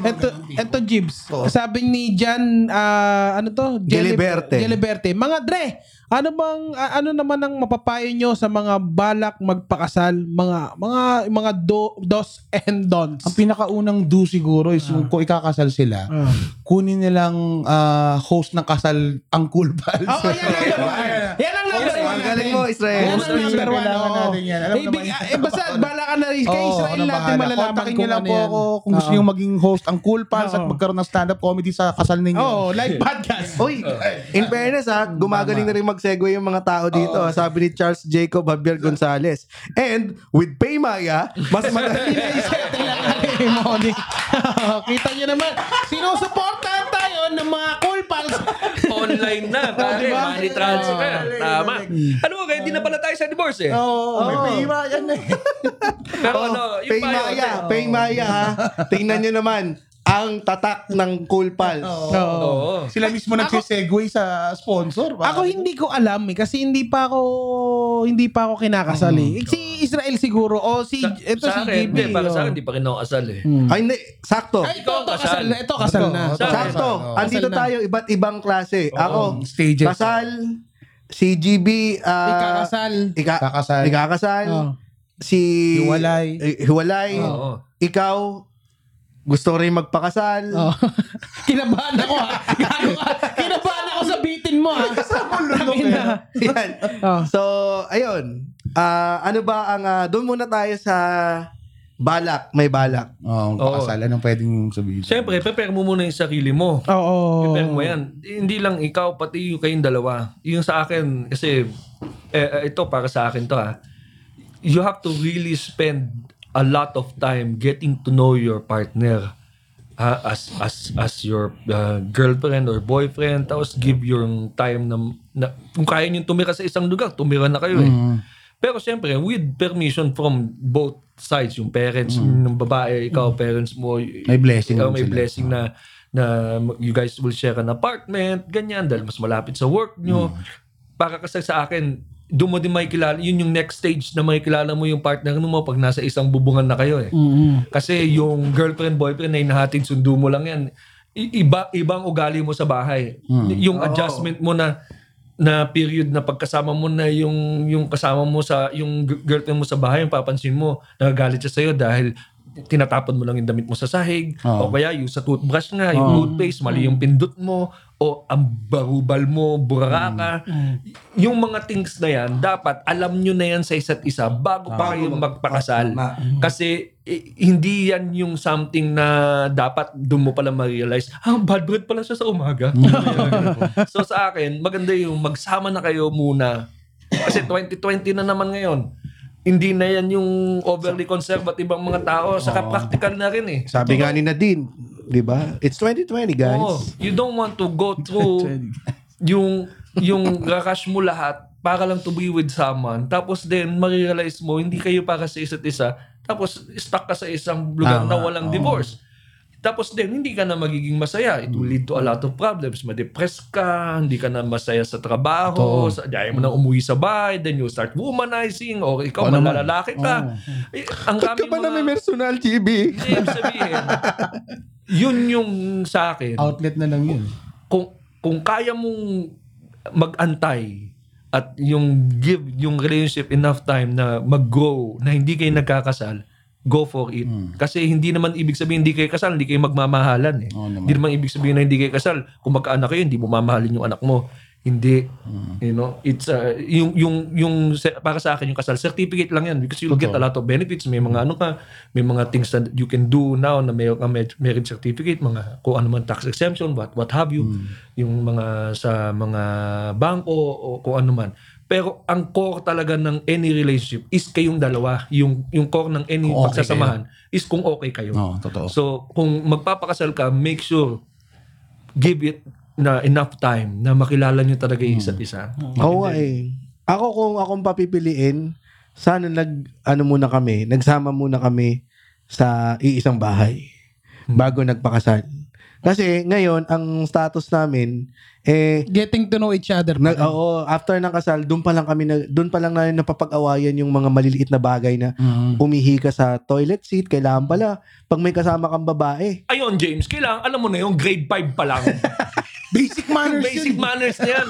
Eto, eto Jibs. Sabi ni Jan, ah, ano to?
Geliberte.
Geliberte. Mga Dre, ano bang, ah, ano naman ang mapapayo nyo sa mga balak magpakasal? Mga, mga, mga do, dos and don'ts.
Ang pinakaunang do siguro is kung kung ikakasal sila,
Ah.
kunin nilang ah, host ng kasal ang cool pals.
Oo, Oh, yan ang number one. Yan ang number one.
Ang galing mo, Israel.
Yan ang number one.
Kailangan
oo.
natin yan.
Eh,
Alam naman
big-
yung-
eh, basta bala ka na rin. Kay
Oo,
Israel
ako na
natin
bahala.
malalaman
Kontakin
kung
niyo lang
ano
po
yan.
ako kung gusto niyo maging host ang cool pals at
Oo.
magkaroon ng stand-up comedy sa kasal ninyo.
Oo, live podcast.
Uy, in fairness ha, gumagaling na rin mag-segue yung mga tao dito. ha. Sabi ni Charles Jacob Javier Gonzalez. And with Paymaya, mas madali na isa.
Settle lang natin yung money. Kita niyo naman, sinusuportahan tayo ng mga cool pals.
Online na, pare,
Diba?
money transfer. Tama. Ano mo, kaya hindi na pala tayo sa divorce eh.
Oo, may pihimayan na eh.
Pero
Oh,
ano, yung payo,
Paymaya,
eh.
Paymaya ha. Tingnan nyo naman ang tatak ng Cool Pals.
Oo.
Oo.
Sila mismo nagsisegue sa sponsor.
Ako hindi ko alam eh, kasi hindi pa ako hindi pa ako kinakasal eh. Si Israel siguro o si
Sa,
ito si
sa akin,
JB.
hindi, para
oh.
sa akin, hindi pa rin ako kasal eh.
Ay, hindi. Sakto.
Ay, ito,
Ikaw
ito,
kasal.
kasal na. Ito, kasal na.
Ito, ito.
Sakto.
Kasal
Andito
na.
tayo, iba't ibang klase. Ako,
stages.
kasal, si GB, ah,
Ikakasal.
ika-
Kakasal.
ikakasal,
Oh.
si...
Hiwalay.
eh, hiwalay.
Oo.
Ikaw, gusto rin magpakasal.
Oh. Kinabahan ako ha. Gago ka. Kinabahan ako sa bitin mo ha. Tangin na.
Yan.
Oh.
So, ayun. Ah, ano ba ang... ah, doon muna tayo sa balak. May balak.
Oo, kakasal. Anong pwedeng sabihin?
Siyempre, prepare mo muna yung sarili mo.
Oo.
Prepare mo yan. Hindi lang ikaw, pati yung kayong dalawa. Yung sa akin, kasi eh, eh, ito para sa akin to ah. ha. You have to really spend a lot of time getting to know your partner ha, as as as your uh, girlfriend or boyfriend tapos give your time na, na kung kaya niyo tumira sa isang lugar tumira na kayo eh
Mm-hmm.
pero siyempre with permission from both sides yung parents ng babae ikaw parents mo y-
Mm-hmm. May blessing
ikaw
lang
may
sila.
blessing na na you guys will share an apartment, ganyan, dahil mas malapit sa work nyo.
Mm-hmm.
Para kasi sa akin, doon mo din makikilala, yun yung next stage na makikilala mo yung partner mo pag nasa isang bubungan na kayo eh. Kasi yung girlfriend, boyfriend na hinahatid sundo mo lang yan, i- iba, ibang ugali mo sa bahay. Yung adjustment mo na na period na pagkasama mo na yung yung kasama mo sa yung g- girlfriend mo sa bahay yung papansin mo nagagalit siya sa'yo dahil tinatapon mo lang yung damit mo sa sahig o kaya yung sa toothbrush nga yung toothpaste mali yung pindot mo o ang barubal mo burara ka yung mga things na yan dapat alam nyo na yan sa isa't isa bago pa kayo magpakasal kasi eh, hindi yan yung something na dapat doon mo pala ma-realize ah bad breath pala siya sa umaga so sa akin, maganda yung magsama na kayo muna. Kasi 2020 na naman ngayon. Hindi na yan yung overly conservative ang mga tao. Saka practical na rin eh.
Sabi nga ni Nadine, di ba? It's 2020, guys.
Oo. Oh, You don't want to go through yung yung rush mo lahat para lang to be with someone. Tapos then, marirealize mo, hindi kayo para sa isa't isa. Tapos, stuck ka sa isang lugar na walang divorce. Tapos then, hindi ka na magiging masaya. It will lead to a lot of problems. Madepress ka, hindi ka na masaya sa trabaho, sa, ayaw mo na umuwi sa bahay, then you start womanizing, or ikaw malalalaki ka. Eh, ang
Ba't ka
daming
ba na may personal, GB?
hindi, ibig sabihin, yun yung sa akin.
Outlet na lang yun.
Kung, kung kaya mong mag-antay at yung give yung relationship enough time na mag-grow, na hindi kayo nagkakasal, go for it.
Hmm.
Kasi hindi naman ibig sabihin hindi kayo kasal, hindi kayo magmamahalan eh.
Oo naman.
Hindi naman ibig sabihin na hindi kayo kasal. Kung magkaanak kayo, hindi mo mamahalin yung anak mo. Hindi.
Hmm.
You know, it's uh, yung yung yung se- para sa akin yung kasal certificate lang yan because you'll get a lot of benefits. May mga ano ka, may mga things that you can do now na may, may marriage certificate, mga kung ano man tax exemption, what what have you,
Hmm.
yung mga sa mga bangko o kung ano man. Pero ang core talaga ng any relationship is kayong dalawa. Yung yung core ng any
Kung okay
pagsasamahan is kung okay kayo.
Oo, totoo.
So, kung magpapakasal ka, make sure give it na enough time na makilala nyo talaga yung isa't isa.
Oo nga eh. Ako kung akong papipiliin, sana nag, ano muna kami, nagsama muna kami sa iisang bahay bago nagpakasal. Kasi ngayon, ang status namin, eh,
Getting to know each other.
na, oo, after ng kasal, doon pa lang kami, na, doon pa lang namin napapag-awayan yung mga maliliit na bagay na umihi ka sa toilet seat, kailangan pala, pag may kasama kang babae,
Ayun, James, kailangan, alam mo na yung grade 5 pa lang.
Basic manners
Basic manners na yan.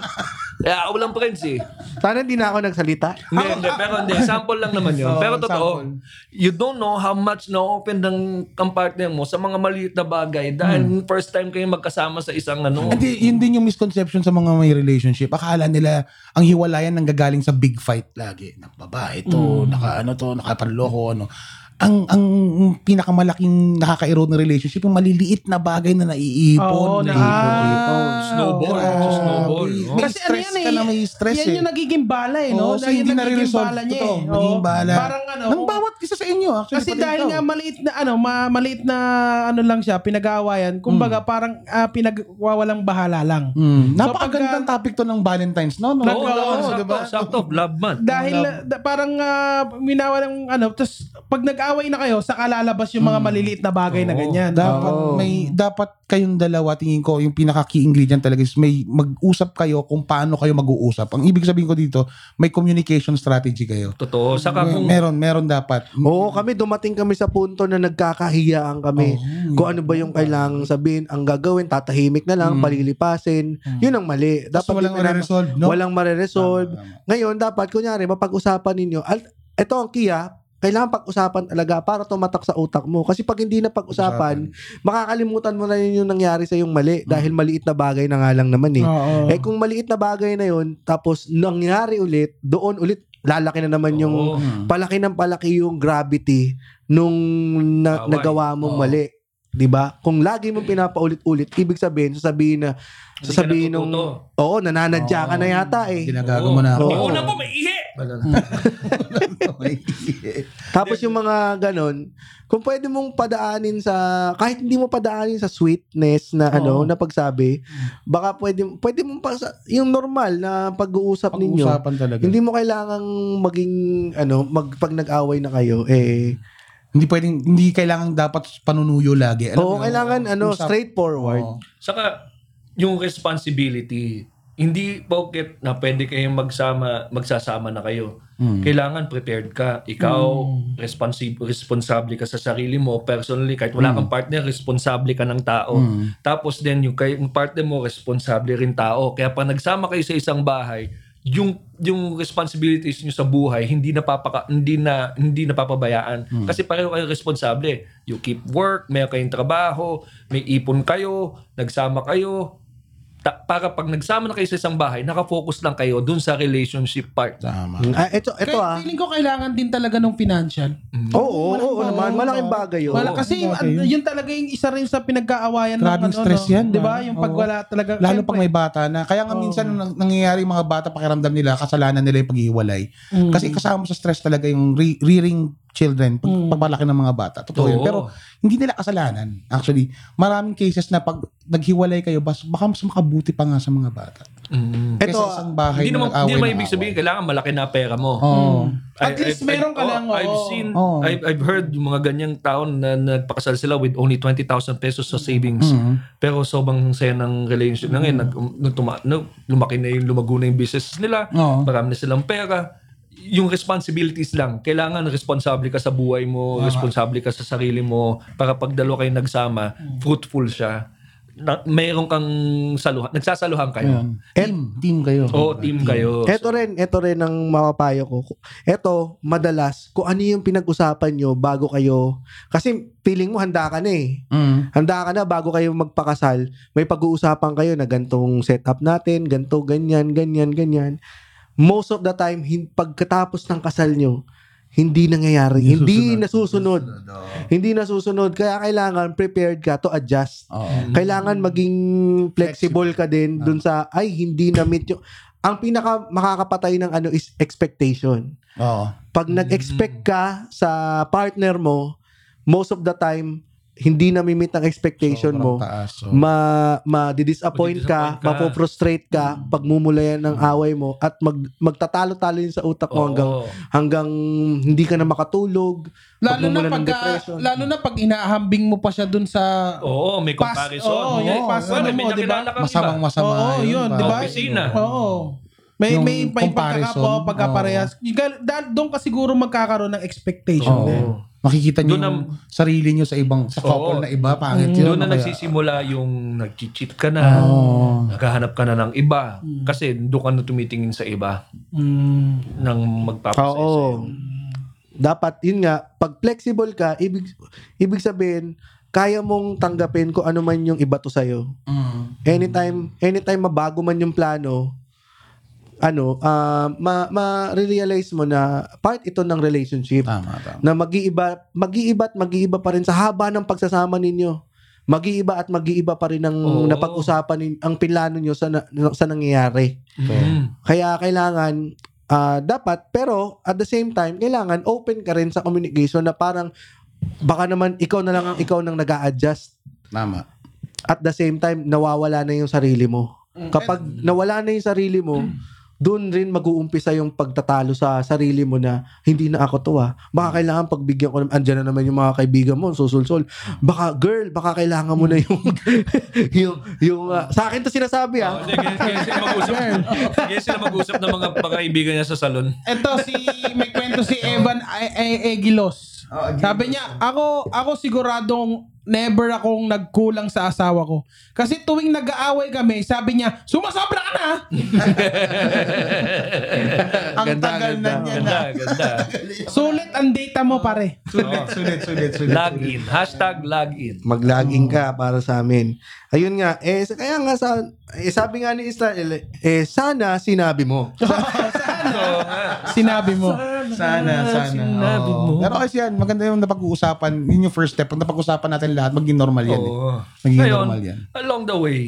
Kaya ako lang friends eh.
sana hindi na ako nagsalita.
Hindi, hindi. Pero hindi. Sample lang naman yun.
Oo,
pero totoo,
sample.
you don't know how much na-open ng ang partner mo sa mga maliit na bagay dahil first time kayo magkasama sa isang ano.
Hindi, yun din yung misconception sa mga may relationship. Akala nila ang hiwalayan nanggagaling sa big fight lagi. Nagbabae to,
Mm.
naka ano to, nakapanloko ano. Ang ang pinakamalaking nakaka-erode ng relationship yung maliliit na bagay na
Oo,
naiipon.
na-
naiipon.
Snowball.
Grabe.
snowball. no?
May
Kasi ano
stress
yan eh.
ka na may stress
yan
eh.
yung nagiging bala eh, no?
Oo, so
Yan
hindi
yung nagiging
na-resolve.
bala niya
Totoo,
eh.
nagiging
Oo.
bala.
Parang ano,
Nang
kung-
bawat isa sa inyo. Actually,
Kasi
pati
dahil
ikaw.
nga maliit na ano, ma- maliit na ano lang siya, pinag-aawayan. Kumbaga parang ah, pinagwawalang bahala lang.
Mm.
So,
Napakagandang topic to ng Valentine's, no?
Oo,
no?
Nagkaroon,
oo,
diba?
sakto, sakto, love month.
Dahil ah, da- parang ah, minawa ng ano, tapos pag nag-away na kayo, saka lalabas yung mga maliliit na bagay na
Oo.
ganyan.
Dapat may dapat kayong dalawa tingin ko yung pinaka key ingredient talaga is may mag-usap kayo kung paano kayo mag-uusap. Ang ibig sabihin ko dito, may communication strategy kayo.
Totoo. Saka
Mer-
kung
Meron, meron dapat.
Oo, kami dumating kami sa punto na nagkakahiyaan kami. kung ano ba
Mm.
yung kailangang sabihin, ang gagawin, tatahimik na lang, palilipasin. Yun ang mali.
Dapat
Dapat
Mm. walang
yung pinapa-
resolve, no?
Walang mareresolve.
Tama, tama.
Ngayon, dapat, kunyari, mapag-usapan ninyo. Al- ito ang kiya, kailangan pag-usapan talaga para tumatak sa utak mo. Kasi pag hindi na pag-usapan, makakalimutan mo na yun yung nangyari sa yung mali dahil
Mm.
maliit na bagay na nga lang naman eh.
Oo.
Eh kung maliit na bagay na yun, tapos nangyari ulit, doon ulit lalaki na naman yung
Oo.
palaki ng palaki yung gravity nung na-
Away.
nagawa mong
Oo. Eh.
mali. 'Di ba? Kung lagi mong pinapaulit-ulit, ibig sabihin, sasabihin na
Hindi ka
sasabihin nung
natututo.
oo, nananadya ka na yata eh.
Ginagago mo na ako.
Oo.
Yung una po, may ihi.
Hmm.
Tapos yung mga ganon, kung pwede mong padaanin sa kahit hindi mo padaanin sa sweetness na ano, na pagsabi, baka pwede pwede mong pasa, yung normal na pag-uusap ninyo.
Pag-usapan talaga. Hindi,
Hindi mo kailangang maging ano, mag, pag nag-away na kayo eh
pwedeng, hindi kailangan dapat panunuyo lagi. Alam mo
Oo,
yun?
kailangan ano,
Usap.
straightforward.
Oo.
Saka, yung responsibility. Hindi pocket na pwede kayong magsama, magsasama na kayo.
Hmm.
Kailangan prepared ka. Ikaw, responsi- responsable ka sa sarili mo. Personally, kahit wala kang partner, responsable ka ng tao. Tapos then, yung, kay, yung partner mo, responsable rin tao. Kaya pag nagsama kayo sa isang bahay, yung yung responsibilities niyo sa buhay hindi napapaka hindi na hindi napapabayaan kasi pareho kayo responsable you keep work may kayong trabaho may ipon kayo nagsama kayo Ta- para pag nagsama na kayo sa isang bahay nakafocus lang kayo dun sa relationship part
Tama.
Ah, ito, ito
Kaya
ah.
feeling ko kailangan din talaga ng financial.
Hmm.
Oo, oo, oo naman. Malaking bagay yun.
Wala,
Oo.
kasi yun,
Bagay yun.
yun talaga yung isa rin sa pinagkaawayan ng ano,
Grabing stress
no?
yan,
'Di ba?
ah.
Yung
Oo.
pagwala talaga.
Lalo
Siyempre.
pag may bata na. Kaya nga minsan nang- nangyayari yung mga bata pakiramdam nila, kasalanan nila yung paghiwalay.
Hmm.
Hmm.
Kasi kasama sa stress talaga yung re- rearing children, pag, pagpalaki ng mga bata. Totoo
Hmm.
yun.
Oo.
Pero hindi nila kasalanan. Actually, maraming cases na pag naghiwalay kayo, bas, baka mas makabuti pa nga sa mga bata.
Mm.
Kesa
Ito,
isang bahay
hindi
na eh. Oh.
naman
nag-away
hindi naman
ng
ibig
away.
sabihin Hmm. kailangan malaki na pera mo
Oo.
At least meron ka
oh,
lang, oo.
I've seen,
Oo.
I've, I've heard yung mga ganyang taon na nagpakasal sila with only 20,000 pesos sa savings.
Mm. Mm-hmm.
Pero sobrang saya ng relationship na ngayon. Nag, nung tuma, nung lumaki na yung lumago na yung business nila.
Oo.
Marami na silang pera. yung responsibilities lang. Kailangan responsable ka sa buhay mo, responsable ka sa sarili mo para pag dalawa kayo nagsama, fruitful siya. Na, mayroon kang saluhan, nagsasaluhan kayo.
Team, team kayo.
Oo, team kayo.
Ito rin, ito rin ang mapapayo ko. Ito, madalas, kung ano yung pinag-usapan nyo bago kayo, kasi feeling mo handa ka na eh.
Mm.
Handa ka na bago kayo magpakasal, may pag-uusapan kayo na gantong setup natin, ganto, ganyan, ganyan, ganyan. Most of the time, hin- pagkatapos ng kasal nyo, hindi nangyayari. Hindi nasusunod. Hindi nasusunod. Kaya kailangan prepared ka to adjust
Mm.
Mm.
kailangan maging flexible ka din dun sa ay hindi na meet yung ang pinaka makakapatay ng ano is expectation.
Oo.
Pag nag-expect ka sa partner mo, most of the time hindi na meet ang expectation mo.
Sobrang taas, so.
Ma ma-disappoint
Madi-disappoint
ka,
ka.
mapo-frustrate ka, pagmumulayan ng away mo at mag, magtatalo-talo yun sa utak mo hanggang
Oo.
hanggang hindi ka na makatulog,
Lalo na
pagmumula
pag
ng depression.
lalo na pag inaahambing mo pa siya dun sa
Oo, may
Pas-
comparison.
oo, yun,
Oo,
pas-
well,
ano
may
mo, diba?
nakilala kang
Masamang
iba.
masama.
Oo, yun, di ba?
Opisina.
Oo. May
Yung
may may
comparison.
pagkakapo pagkaparehas. Yung gal- dahil doon ka siguro magkakaroon ng expectation
Oo.
din.
Makikita niyo
Doon
yung sarili niyo sa ibang sa
Oo.
couple na iba,
Mm,
pangit yun. ano
Doon na
Kaya-
nagsisimula yung nag-cheat ka na,
Oo.
naghahanap ka na ng iba. Kasi doon ka na tumitingin sa iba nang magpapasaya sa'yo.
Ah, Oo. Dapat, yun nga, pag flexible ka, ibig, ibig sabihin, kaya mong tanggapin kung ano man yung iba to sa'yo.
Mm.
Anytime, anytime mabago man yung plano, ano, ah, ma, ma-realize mo na part ito ng relationship
Tama, tama.
na mag-iiba, mag-iiba at mag-iiba pa rin sa haba ng pagsasama ninyo. Mag-iiba at mag-iiba pa rin ang
Oo.
napag-usapan nin, ang plano nyo sa, na- sa nangyayari.
Mm.
Kaya kailangan ah, dapat pero at the same time kailangan open ka rin sa communication na parang baka naman ikaw na lang ang ikaw nang nag-a-adjust
Tama.
at the same time nawawala na yung sarili mo.
Mm.
Kapag nawala na yung sarili mo, doon rin mag-uumpisa yung pagtatalo sa sarili mo na hindi na ako to ah.
Mm.
Baka kailangan pagbigyan ko naman, andyan na naman yung mga kaibigan mo, susulsol. Baka, girl, baka kailangan mo na
Mm.
yung, yung, yung, ah, sa akin to sinasabi ah.
Hindi, kaya, kaya sila mag-usap. kaya sila mag-usap ng mga pagkaibigan niya sa salon.
Ito si may kwento si Evan A- A- Aguilos. Sabi niya, ako ako siguradong never akong nagkulang sa asawa ko. Kasi tuwing nag-aaway kami, sabi niya, sumasobra ka na! ah."
Ang tagal na niya.
Ganda, ganda.
Sulit ang data mo, pare.
Sulit, sulit, sulit, sulit.
Login. Hashtag login.
Maglaging ka para sa amin. Ayun nga, eh, sa- kaya nga sa, eh, sabi nga ni Israel, eh, sana sinabi mo.
Sinabi mo.
Sana, sana.
sinabi
Oo.
mo.
Pero kasi yan, maganda yung napag-uusapan. Yun yung first step. Pag napag-usapan natin lahat, maging normal yan. Eh.
Oo.
Magiging
Ngayon,
normal yan.
along the way,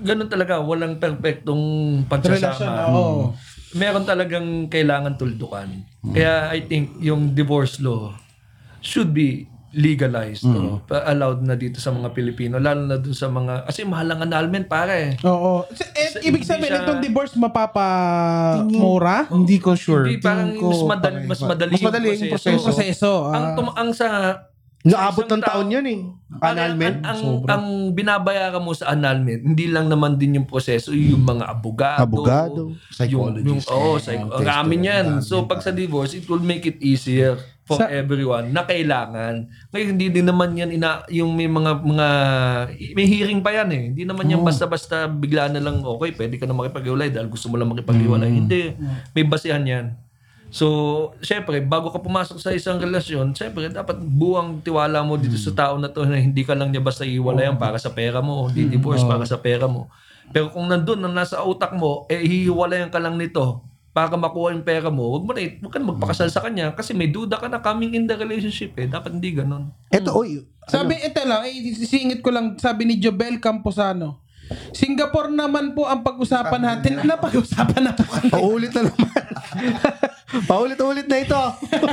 ganun talaga, walang perfectong pagsasama.
oo.
Meron talagang kailangan tuldukan.
Hmm.
Kaya I think yung divorce law should be legalized. no?
Hmm.
Pa- Allowed na dito sa mga Pilipino. Lalo na dun sa mga... Kasi mahalang annulment, pare.
Oo. So, eh,
Sa-
ibig
hindi
sabihin,
siya-
itong divorce mapapamura?
Hindi ko sure.
Hindi, parang
Tingin ko
mas madali-
parang
mas
iba.
madali
mas
yung
madali yung
proseso.
Yung
proseso.
proseso.
ang,
Ah.
tum- ang sa
Naabot ng
Isang tao-
taon yun eh. Annulment.
Ang, ang, ang binabayaran mo sa annulment, hindi lang naman din yung proseso, yung mga abogado.
Abogado,
psychologist,
Yung, yung, oh,
eh,
psych- ang
mga
dami
tester,
niyan.
ang
So,
dami,
pag sa
parang-
divorce, it will make it easier for
Sa-
everyone na kailangan. Ngayon, hindi din naman yan, ina, yung may mga, mga, may hearing pa yan eh. Hindi naman
Hmm.
yan basta-basta bigla na lang, okay, pwede ka na makipag-iwalay dahil gusto mo lang makipag-iwalay.
Hmm.
Hindi. May basehan yan. So, syempre, bago ka pumasok sa isang relasyon, syempre, dapat buwang tiwala mo dito sa tao na to na hindi ka lang niya basta iiwalayan para sa pera mo, hindi divorce para sa pera mo. Pero kung nandun, na nasa utak mo, eh, hihiwalayan ka lang nito para makuha yung pera mo, wag mo na, wag ka na magpakasal sa kanya kasi may duda ka na coming in the relationship eh. Dapat hindi ganun.
Eto, oy.
Sabi, ito lang, eh, sisingit ko lang, sabi ni Jobel Camposano, Singapore naman po ang pag-usapan natin. Napag-usapan na po.
Paulit na naman. Paulit-ulit na ito.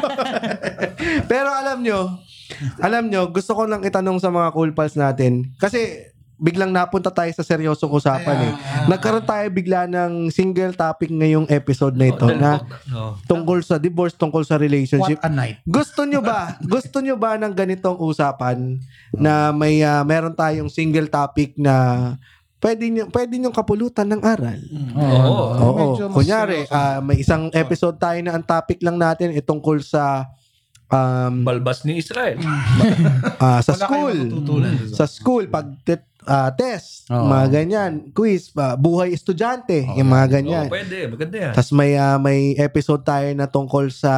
Pero alam nyo, alam nyo, gusto ko lang itanong sa mga cool pals natin. Kasi biglang napunta tayo sa seryosong usapan eh. Nagkaroon tayo bigla ng single topic ngayong episode na ito
Dahil- oh.
na
Oo.
tungkol sa divorce, tungkol sa
What
relationship.
a night.
Gusto nyo ba? gusto nyo ba ng ganitong usapan na may ah, meron tayong single topic na pwede niyo pwede niyong kapulutan ng aral.
Oo.
Oo.
Mm. Medyo mas
Kunyari, ah, may isang episode tayo na ang topic lang natin ay tungkol sa um,
Balbas ni Israel.
ah, sa
Wala kayong
school.
matututunan.
Sa school, pag te- ah, test, mga ganyan, quiz, ah, buhay estudyante, yung mga ganyan.
Oo, Oh, pwede. Maganda yan.
Tapos may, ah, may episode tayo na tungkol sa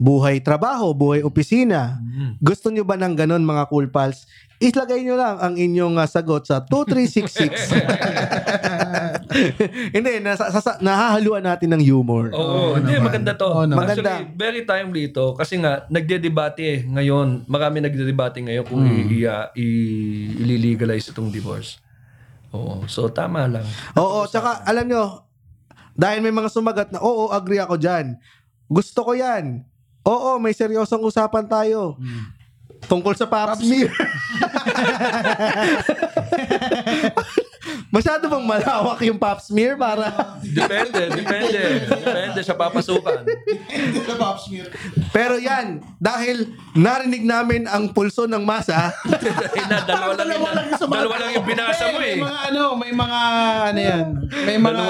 buhay trabaho, buhay opisina.
Mm.
Gusto nyo ba ng ganun mga cool pals? Islagay nyo lang ang inyong ah, sagot sa 2366. Hindi, nasa, sasa- nahahaluan natin ng humor.
Oo, hindi, maganda to.
Oo
naman.
Actually, very timely ito. Kasi nga, nagde-debate eh, ngayon. Marami nagde-debate ngayon kung i- i- i- i-legalize itong divorce. Oo, so tama lang.
Oo, tsaka alam nyo, dahil may mga sumagat na, oo, agree ako dyan. Gusto ko yan. Oo, may seryosong usapan tayo. Tungkol sa pap smear. Masyado bang malawak yung pap smear para...
Depende, depende. depende sa papasukan.
Sa pop smear.
Pero yan, dahil narinig namin ang pulso ng masa,
Eh, na, dalawa lang, yung, dalawa lang yung binasa mo
May
eh.
mga ano, may mga ano yan. May mga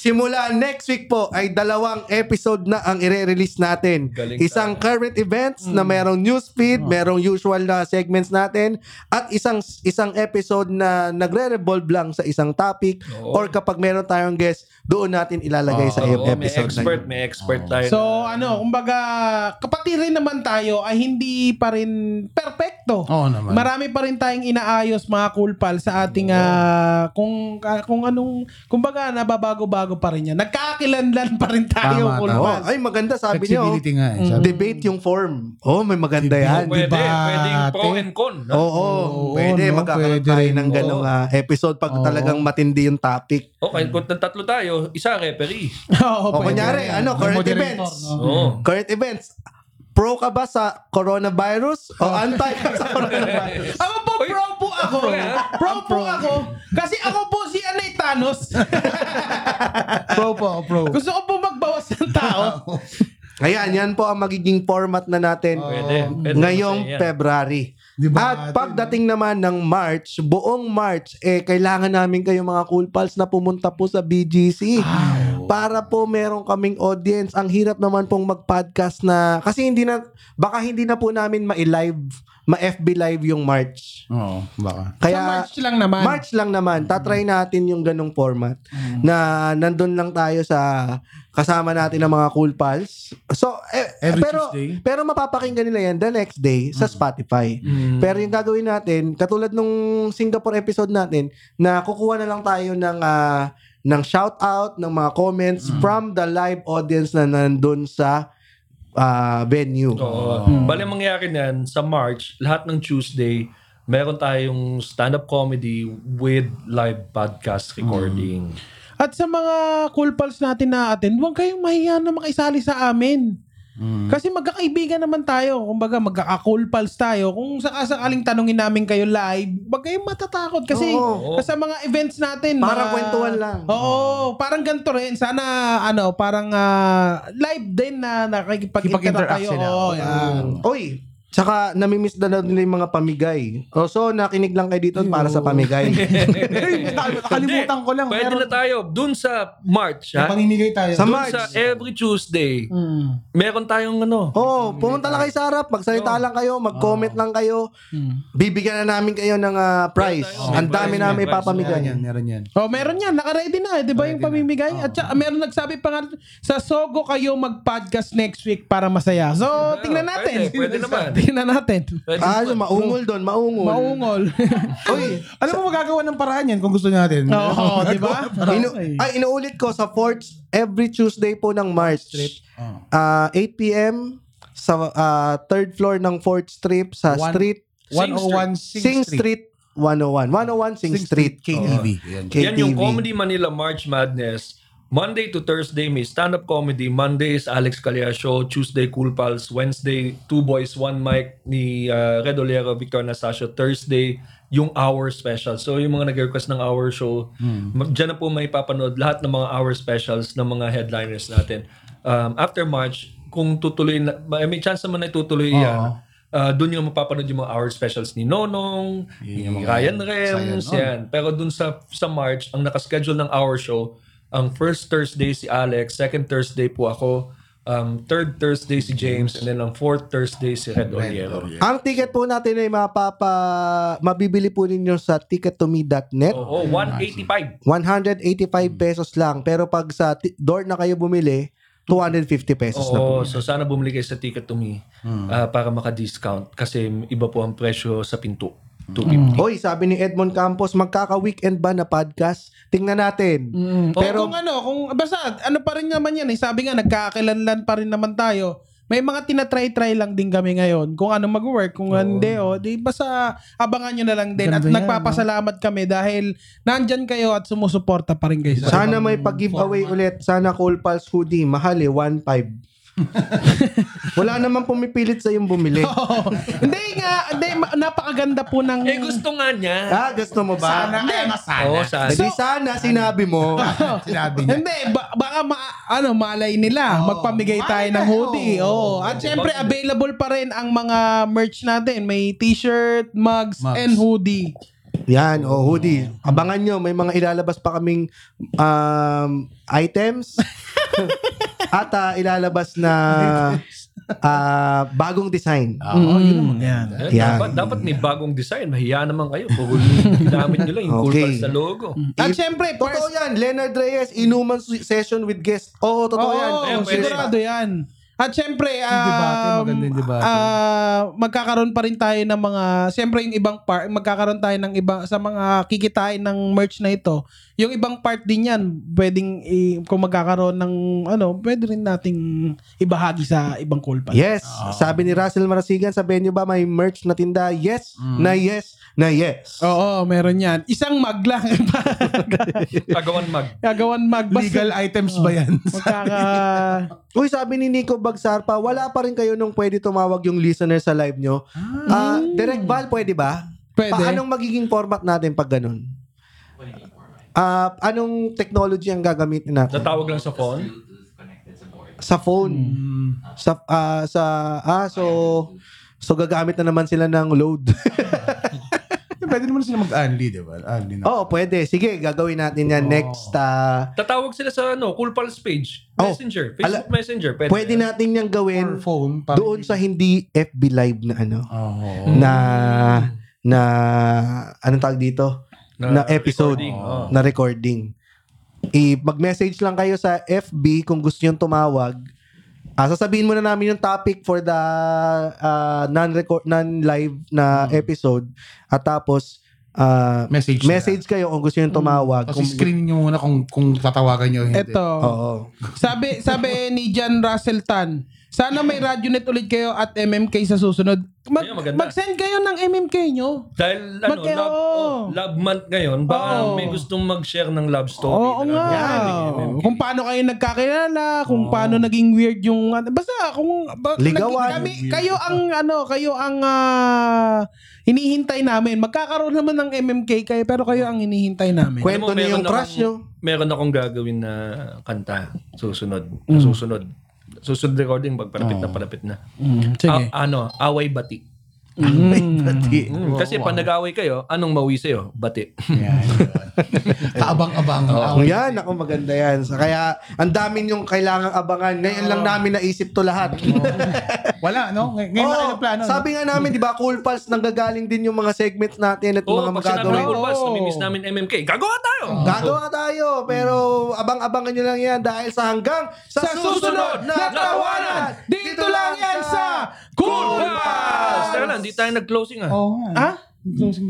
Simula next week po ay dalawang episode na ang ire-release natin.
Galing
isang current events na
Hmm.
merong news feed,
Ah.
merong usual na segments natin at isang isang episode na nagre-revolve lang sa isang topic
Oo.
or kapag meron tayong guest, doon natin ilalagay sa
Oo, may
episode na
expert,
yun.
may expert tayo.
So ano, kumbaga kapati rin naman tayo ay hindi pa rin perpekto.
Oo naman.
Marami pa rin tayong inaayos mga cool pal sa ating ah, kung ah, kung anong kumbaga nababago-bago pa rin yan. Nagkakakilanlan pa rin tayo
Tama,
cool
tama.
Oh,
pals.
ay maganda sabi niyo. Hmm.
Flexibility nga eh. Sabi-
Debate yung form. Oh, may maganda yan.
pwede,
debate.
pwedeng pro and con. no?
Oo,
Oo,
pwede
no?
magkakaroon
Pwede
tayo
rin.
ng ganong ah, episode pag talagang matindi yung topic.
Okay, kung tatlo tayo, isa referee.
Oo,
O
pwede.
kunyari, ano, current
moderator,
events.
Oo.
Current events. Pro ka ba sa coronavirus o anti ka sa coronavirus?
Ako po,
Uy,
pro po ako.
pro yan.
Pro po ako. Kasi ako po si Anay Thanos.
Pro po ako, pro.
Gusto ko po magbawas ng tao.
Ayan, yan po ang magiging format na natin
Pwede. pwede
ngayong
masaya yan.
February.
Di ba
At pagdating naman ng March, buong March, eh, kailangan namin kayo mga cool pals na pumunta po sa BGC. Para po meron kaming audience. Ang hirap naman pong mag-podcast na, kasi hindi na, baka hindi na po namin ma-live, ma-FB live yung March.
Oo,
Sa
baka.
Kaya,
March lang naman.
March lang naman, tatry natin yung ganong format na nandun lang tayo sa kasama natin ng mga cool pals. So, eh,
Every
pero,
Tuesday?
pero mapapakinggan nila yan the next day sa Spotify. Pero yung gagawin natin, katulad nung Singapore episode natin, na kukuha na lang tayo ng, ah, ng shout out, ng mga comments from the live audience na nandun sa ah, venue.
Oo. Bale, mangyayari niyan, sa March, lahat ng Tuesday, meron tayong stand-up comedy with live podcast recording.
At sa mga cool pals natin na attend, huwag kayong mahiya na makisali sa amin.
Mm.
Kasi magkakaibigan naman tayo. Kumbaga, magkaka-cool pals tayo. Kung sakasakaling tanungin namin kayo live, huwag kayong matatakot. Kasi
Oo.
sa mga events natin...
Parang
mga-
kwentuhan lang.
Oo, parang ganito rin. Sana, ano, parang ah, live din na nakikipag-interact
Kipag-interact
kayo.
sila. Ah.
Oo, yan.
Oy, tsaka namimiss na daw nila yung mga pamigay. O, so, nakinig lang kayo dito para sa pamigay.
eh.
Nakalimutan ko lang.
Pwede na tayo. Dun sa March, ha?
Panginigay tayo.
sa
Dun
March.
sa every Tuesday,
Mm.
meron tayong ano,
Oh, pumunta lang kayo sa harap, magsalita lang kayo, mag-comment lang kayo. Bibigyan na namin kayo ng ah, prize.
Meron tayo.
Ang
May
dami
prize, may prize.
namin
Meron yan,
ipapamigay.
meron yan.
Oh, meron yan. Nakaready na, eh, 'di ba? Yung pamimigay. At saka, meron nagsabi pa nga sa Sogo kayo mag-podcast next week para masaya. So, tingnan natin.
pwede, pwede naman.
Tingnan natin.
Pwede
Ah,
naman.
so, maungol doon, maungol.
Maungol.
Uy,
Alam mo, magagawa ng paraan yan kung gusto natin.
Ano? Oo, 'di ba?
inu- ay, inuulit ko sa fourth every Tuesday po ng March trip. Ah, 8 p.m. sa ah, third floor ng fourth strip sa
One-
street
101
Sing Street 101. 101 Sing, Street. Oh.
KTV.
Yan yung
KTV.
Comedy Manila March Madness. Monday to Thursday may stand-up comedy. Monday is Alex Calleja Show. Tuesday, Cool Pals. Wednesday, Two Boys, One Mic ni uh, Red Olero, Victor Anastasio. Thursday, yung hour special. So yung mga nag-request ng hour show, ma- dyan na po may papanood lahat ng mga hour specials ng mga headliners natin. Um, after March, kung tutuloy na, may may chance naman na itutuloy yan. Ah, doon yung mapapanood yung mga hour specials ni Nonong, ni
Yung mga
Ryan Rems,
Sayan, no?
yan. Pero doon sa sa March, ang nakaschedule ng hour show, ang first Thursday si Alex, second Thursday po ako, um, third Thursday si James, and then ang fourth Thursday si Red Oliero.
Ang ticket po natin ay mapapa mabibili po ninyo sa tickettome.net.
Oo, 185.
185 pesos lang. Pero pag sa ti- door na kayo bumili, 250 pesos na po. Hmm.
Oo, so sana bumili kayo sa ticket to me ah, para maka-discount kasi iba po ang presyo sa pinto. 250.
Hoy, sabi ni Edmond Campos, magkaka-weekend ba na podcast? Tingnan natin.
Pero
Pero-
kung ano, kung basta ano pa rin naman yan eh. Sabi nga nagkakakilanlan pa rin naman tayo. May mga tinatry-try lang din kami ngayon kung ano mag-work, kung hindi o. Di basta abangan nyo na lang din.
Ganda
At
yan,
nagpapasalamat kami dahil nandyan kayo at sumusuporta pa rin kayo. sa-
Sana may pag-giveaway ulit. Sana Cool Pals hoodie. Mahal eh, 1.5. Wala naman pumipilit sa yung bumili.
hindi nga, hindi, ma- napakaganda po ng...
Eh gusto nga niya.
ah, gusto mo ba?
Sana, kaya nga
Ah,
sana.
Oo, sana.
Hindi sana sinabi mo.
Sinabi niya.
Hindi, ba- baka ma- ano, malay nila. Magpamigay tayo ng hoodie. Oo. At syempre, available pa rin ang mga merch natin. May t-shirt, mugs, and hoodie.
Yan, oh, hoodie. Abangan nyo, may mga ilalabas pa kaming um, items. At ah, ilalabas na ah, bagong design.
Mm-hmm.
Eh,
Yan.
Dapat, dapat may bagong design. Mahiya naman kayo. Puro yung ginamit nyo lang yung cool
Okay.
pals na logo.
At syempre,
Totoo
pers-
yan, Leonard Reyes, inuman su- session with guest. Oo, totoo yan.
Oo,
Ayun, pwede.
sigurado yan. At syempre,
debate,
um,
maganda yung debate.
ah, magkakaroon pa rin tayo ng mga, syempre yung ibang part, magkakaroon tayo ng iba, sa mga kikitain ng merch na ito, yung ibang part din yan, pwedeng, i- kung magkakaroon ng, ano, pwede rin nating ibahagi sa ibang call pa.
Yes, sabi ni Russell Marasigan, sa venue ba may merch na tinda? Yes, na yes, na yes.
Oo, meron yan. Isang mag lang.
Kagawan mag.
Gagawan mag.
Legal
Basta
items ba yan?
magkaka...
Uy, sabi ni Nico Bagsar pa, wala pa rin kayo nung pwede tumawag yung listener sa live nyo. Ah, direct Val, pwede ba?
Pwede.
Paanong magiging format natin pag ganun? Ah, anong technology ang gagamitin natin?
Natawag lang sa phone.
Sa phone.
Hmm. Mm.
Sa ah, sa ah so so gagamit na naman sila ng load.
Pwede naman sila mag-unli, di ba? Unli na.
Oo, pwede. Sige, gagawin natin 'yan next ah,
Tatawag sila sa ano, Cool Pals page.
Oh.
Messenger. Facebook Messenger. Pwede.
pwede natin 'yang
Or
gawin
phone. pa-
doon sa hindi FB live na ano
Oo.
na na anong tawag dito? Na,
Na
episode Oh.
recording, oo.
na recording. I mag-message lang kayo sa FB kung gusto niyo tumawag. Ah, sasabihin muna namin yung topic for the ah, non-record non-live na
Hmm.
episode at tapos ah,
Message na.
message kayo kung gusto niyo tumawag.
Tapos screen nyo muna kung, kung tatawagan nyo. o Hindi.
Eto.
Oo.
Sabi, sabi ni Jan Russell Tan, sana may radionet ulit kayo at MMK sa susunod. Mag,
Yeah, maganda.
mag-send kayo ng MMK nyo.
Dahil ano,
Magka-
love,
oo.
oh, love month ngayon, baka
Oo.
may gustong mag-share ng love story.
Oo
na
nga.
nangyari.
Kung paano kayo nagkakilala, kung paano naging weird yung ano. basta kung ba-
Ligawan.
kami, kayo ang ano, kayo ang ah, hinihintay namin. Magkakaroon naman ng MMK kayo pero kayo ang hinihintay namin.
Kwento
Alam mo,
niyo
meron
yung crush
akong-
niyo.
Meron akong gagawin na kanta. Susunod.
Mm.
Susunod. Susunod recording, pagpalapit na palapit na.
Mm,
A- ano, away bati. Mm, kasi pag nag-away kayo, anong mauwi sa'yo? Bati.
Yan. Kaabang-abang.
Oh, yan, ako maganda yan. So, kaya ang dami yung kailangang abangan. Ngayon lang namin naisip to lahat.
Wala, no? Ngay- Ngayon lang
Oo,
kayo plano. no?
Sabi nga namin, di ba, Cool Pals, nanggagaling din yung mga segments natin at
Oo,
mga
pag sinabi
magagawin.
ng Cool Pals,
Oo.
namimiss namin MMK. Gagawa tayo!
Gagawa tayo, pero abang-abangan nyo lang yan dahil sa hanggang sa,
Mm. Sa susunod na tawanan, dito lang yan sa Cool
Pals! Teka lang, di tayo nag-closing ah.
Oo nga.
Ah?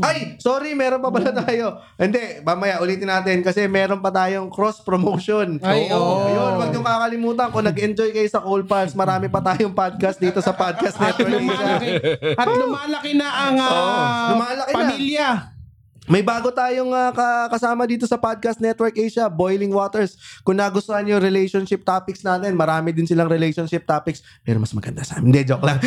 Ay, sorry, meron pa
Mm.
pala tayo. Hindi, mamaya ulitin natin kasi meron pa tayong cross-promotion.
Ay, oo.
Ayun, huwag niyong kakalimutan kung nag-enjoy kayo sa Cool Pals, marami pa tayong podcast dito sa Podcast
At
Network.
lumalaki, at lumalaki na ang ah,
Oo, lumalaki na.
pamilya.
May bago tayong ah, ka- kasama dito sa Podcast Network Asia, Boiling Waters. Kung nagustuhan niyo yung relationship topics natin, marami din silang relationship topics. Pero mas maganda sa amin. Hindi, joke lang.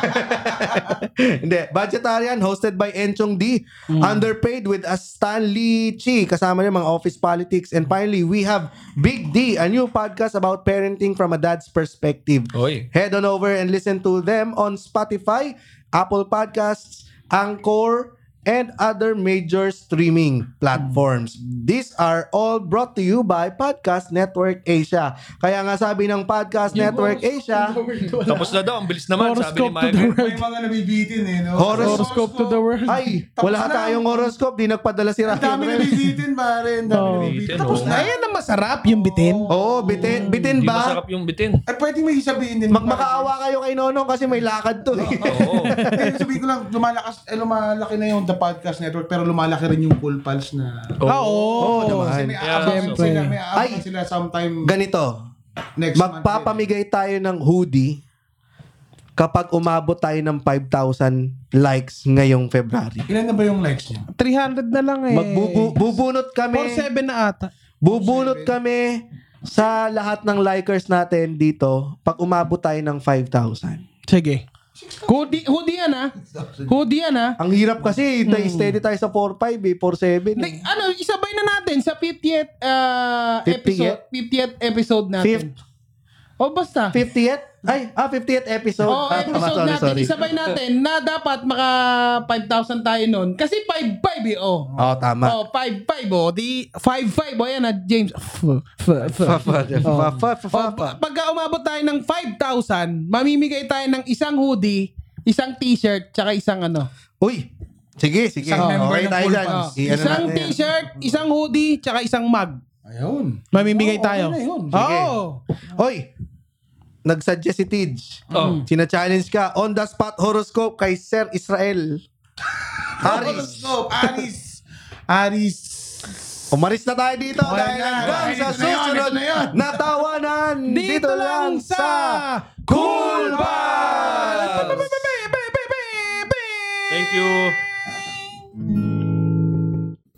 Hindi, Budgetarian, hosted by Enchong D. Underpaid with a Stanley Chi. Kasama niya mga office politics. And finally, we have Big D, a new podcast about parenting from a dad's perspective.
Oy.
Head on over and listen to them on Spotify, Apple Podcasts, Anchor, and other major streaming platforms. These are all brought to you by Podcast Network Asia. Kaya nga sabi ng Podcast Network Asia,
Tapos na daw, ang bilis naman, sabi ni
Horoscope to the
Michael.
world.
May mga nabibitin eh. No?
Horoscope.
Horoscope to the world.
ay,
Tapos
wala
na.
tayong horoscope, di nagpadala si
Ang dami
Rafael.
nabibitin pare. Ang dami
Oo.
nabibitin.
Bitin,
Tapos
oo.
na.
Ayan ang masarap yung bitin.
Oo, bitin, bitin
Hmm, Hindi
ba?
masarap yung bitin.
At eh, pwede may sabihin din.
Magmakaawa kayo kay Nonong kasi may lakad to eh.
Oo.
Eh, sabihin ko lang, lumalakas, eh, lumalaki na yung The Podcast Network, pero lumalaki rin yung Cool Pals na...
Ah, Oo.
Oo
Kasi
naman.
may
Yeah.
aabangan
Siyempre.
sila, may
Ay.
aabangan sila sometime
Ganito,
next month.
magpapamigay tayo ng hoodie kapag umabot tayo ng 5,000 likes ngayong February.
Ilan na ba yung likes niya?
300 na lang eh.
Magbubunot kami.
47 na ata.
Bubunot kami sa lahat ng likers natin dito pag umabot tayo ng 5,000.
Sige. Hoodie, hoodie yan ah. Hoodie yan ah.
Ang hirap kasi, tay- steady tayo sa 4,500 eh, 4,700 eh.
Like, ano, isabay na natin sa 50th uh,
50th?
episode, 50th episode natin.
Fifth,
O basta.
50th? Ay, ah, 50th episode.
Oh,
Ah, tama,
episode
sorry,
natin,
sorry.
isabay natin na dapat maka 5,000 tayo nun. Kasi 5,500 eh, oh.
Oo, tama.
Oh, 5,500 oh. Di, 5,500 oh, yan ah, James. F, f, f.
Fa- fa- fa-
Oh,
fa-
pa- pagka umabot tayo ng 5,000, mamimigay tayo ng isang hoodie, isang t-shirt, tsaka isang ano.
Uy, sige, sige.
Isang member
Okay
ng
tayo
full
dyan.
fans.
I- ano
isang
natin yan.
t-shirt, isang hoodie, tsaka isang mug.
Ayun.
Mamimigay
Oh, okay
tayo.
na yun.
Sige.
Oo.
Hoy, nagsuggest si Tidge.
Oh.
Sina-challenge ka on the spot horoscope kay Sir Israel. Aris.
Horoscope, Aris. Aris.
Umaris na tayo dito
Okay
dahil
na,
hanggang
okay,
sa
ito na yun,
susunod
ito na yun.
na tawanan dito, lang sa Cool Pals!
Thank you.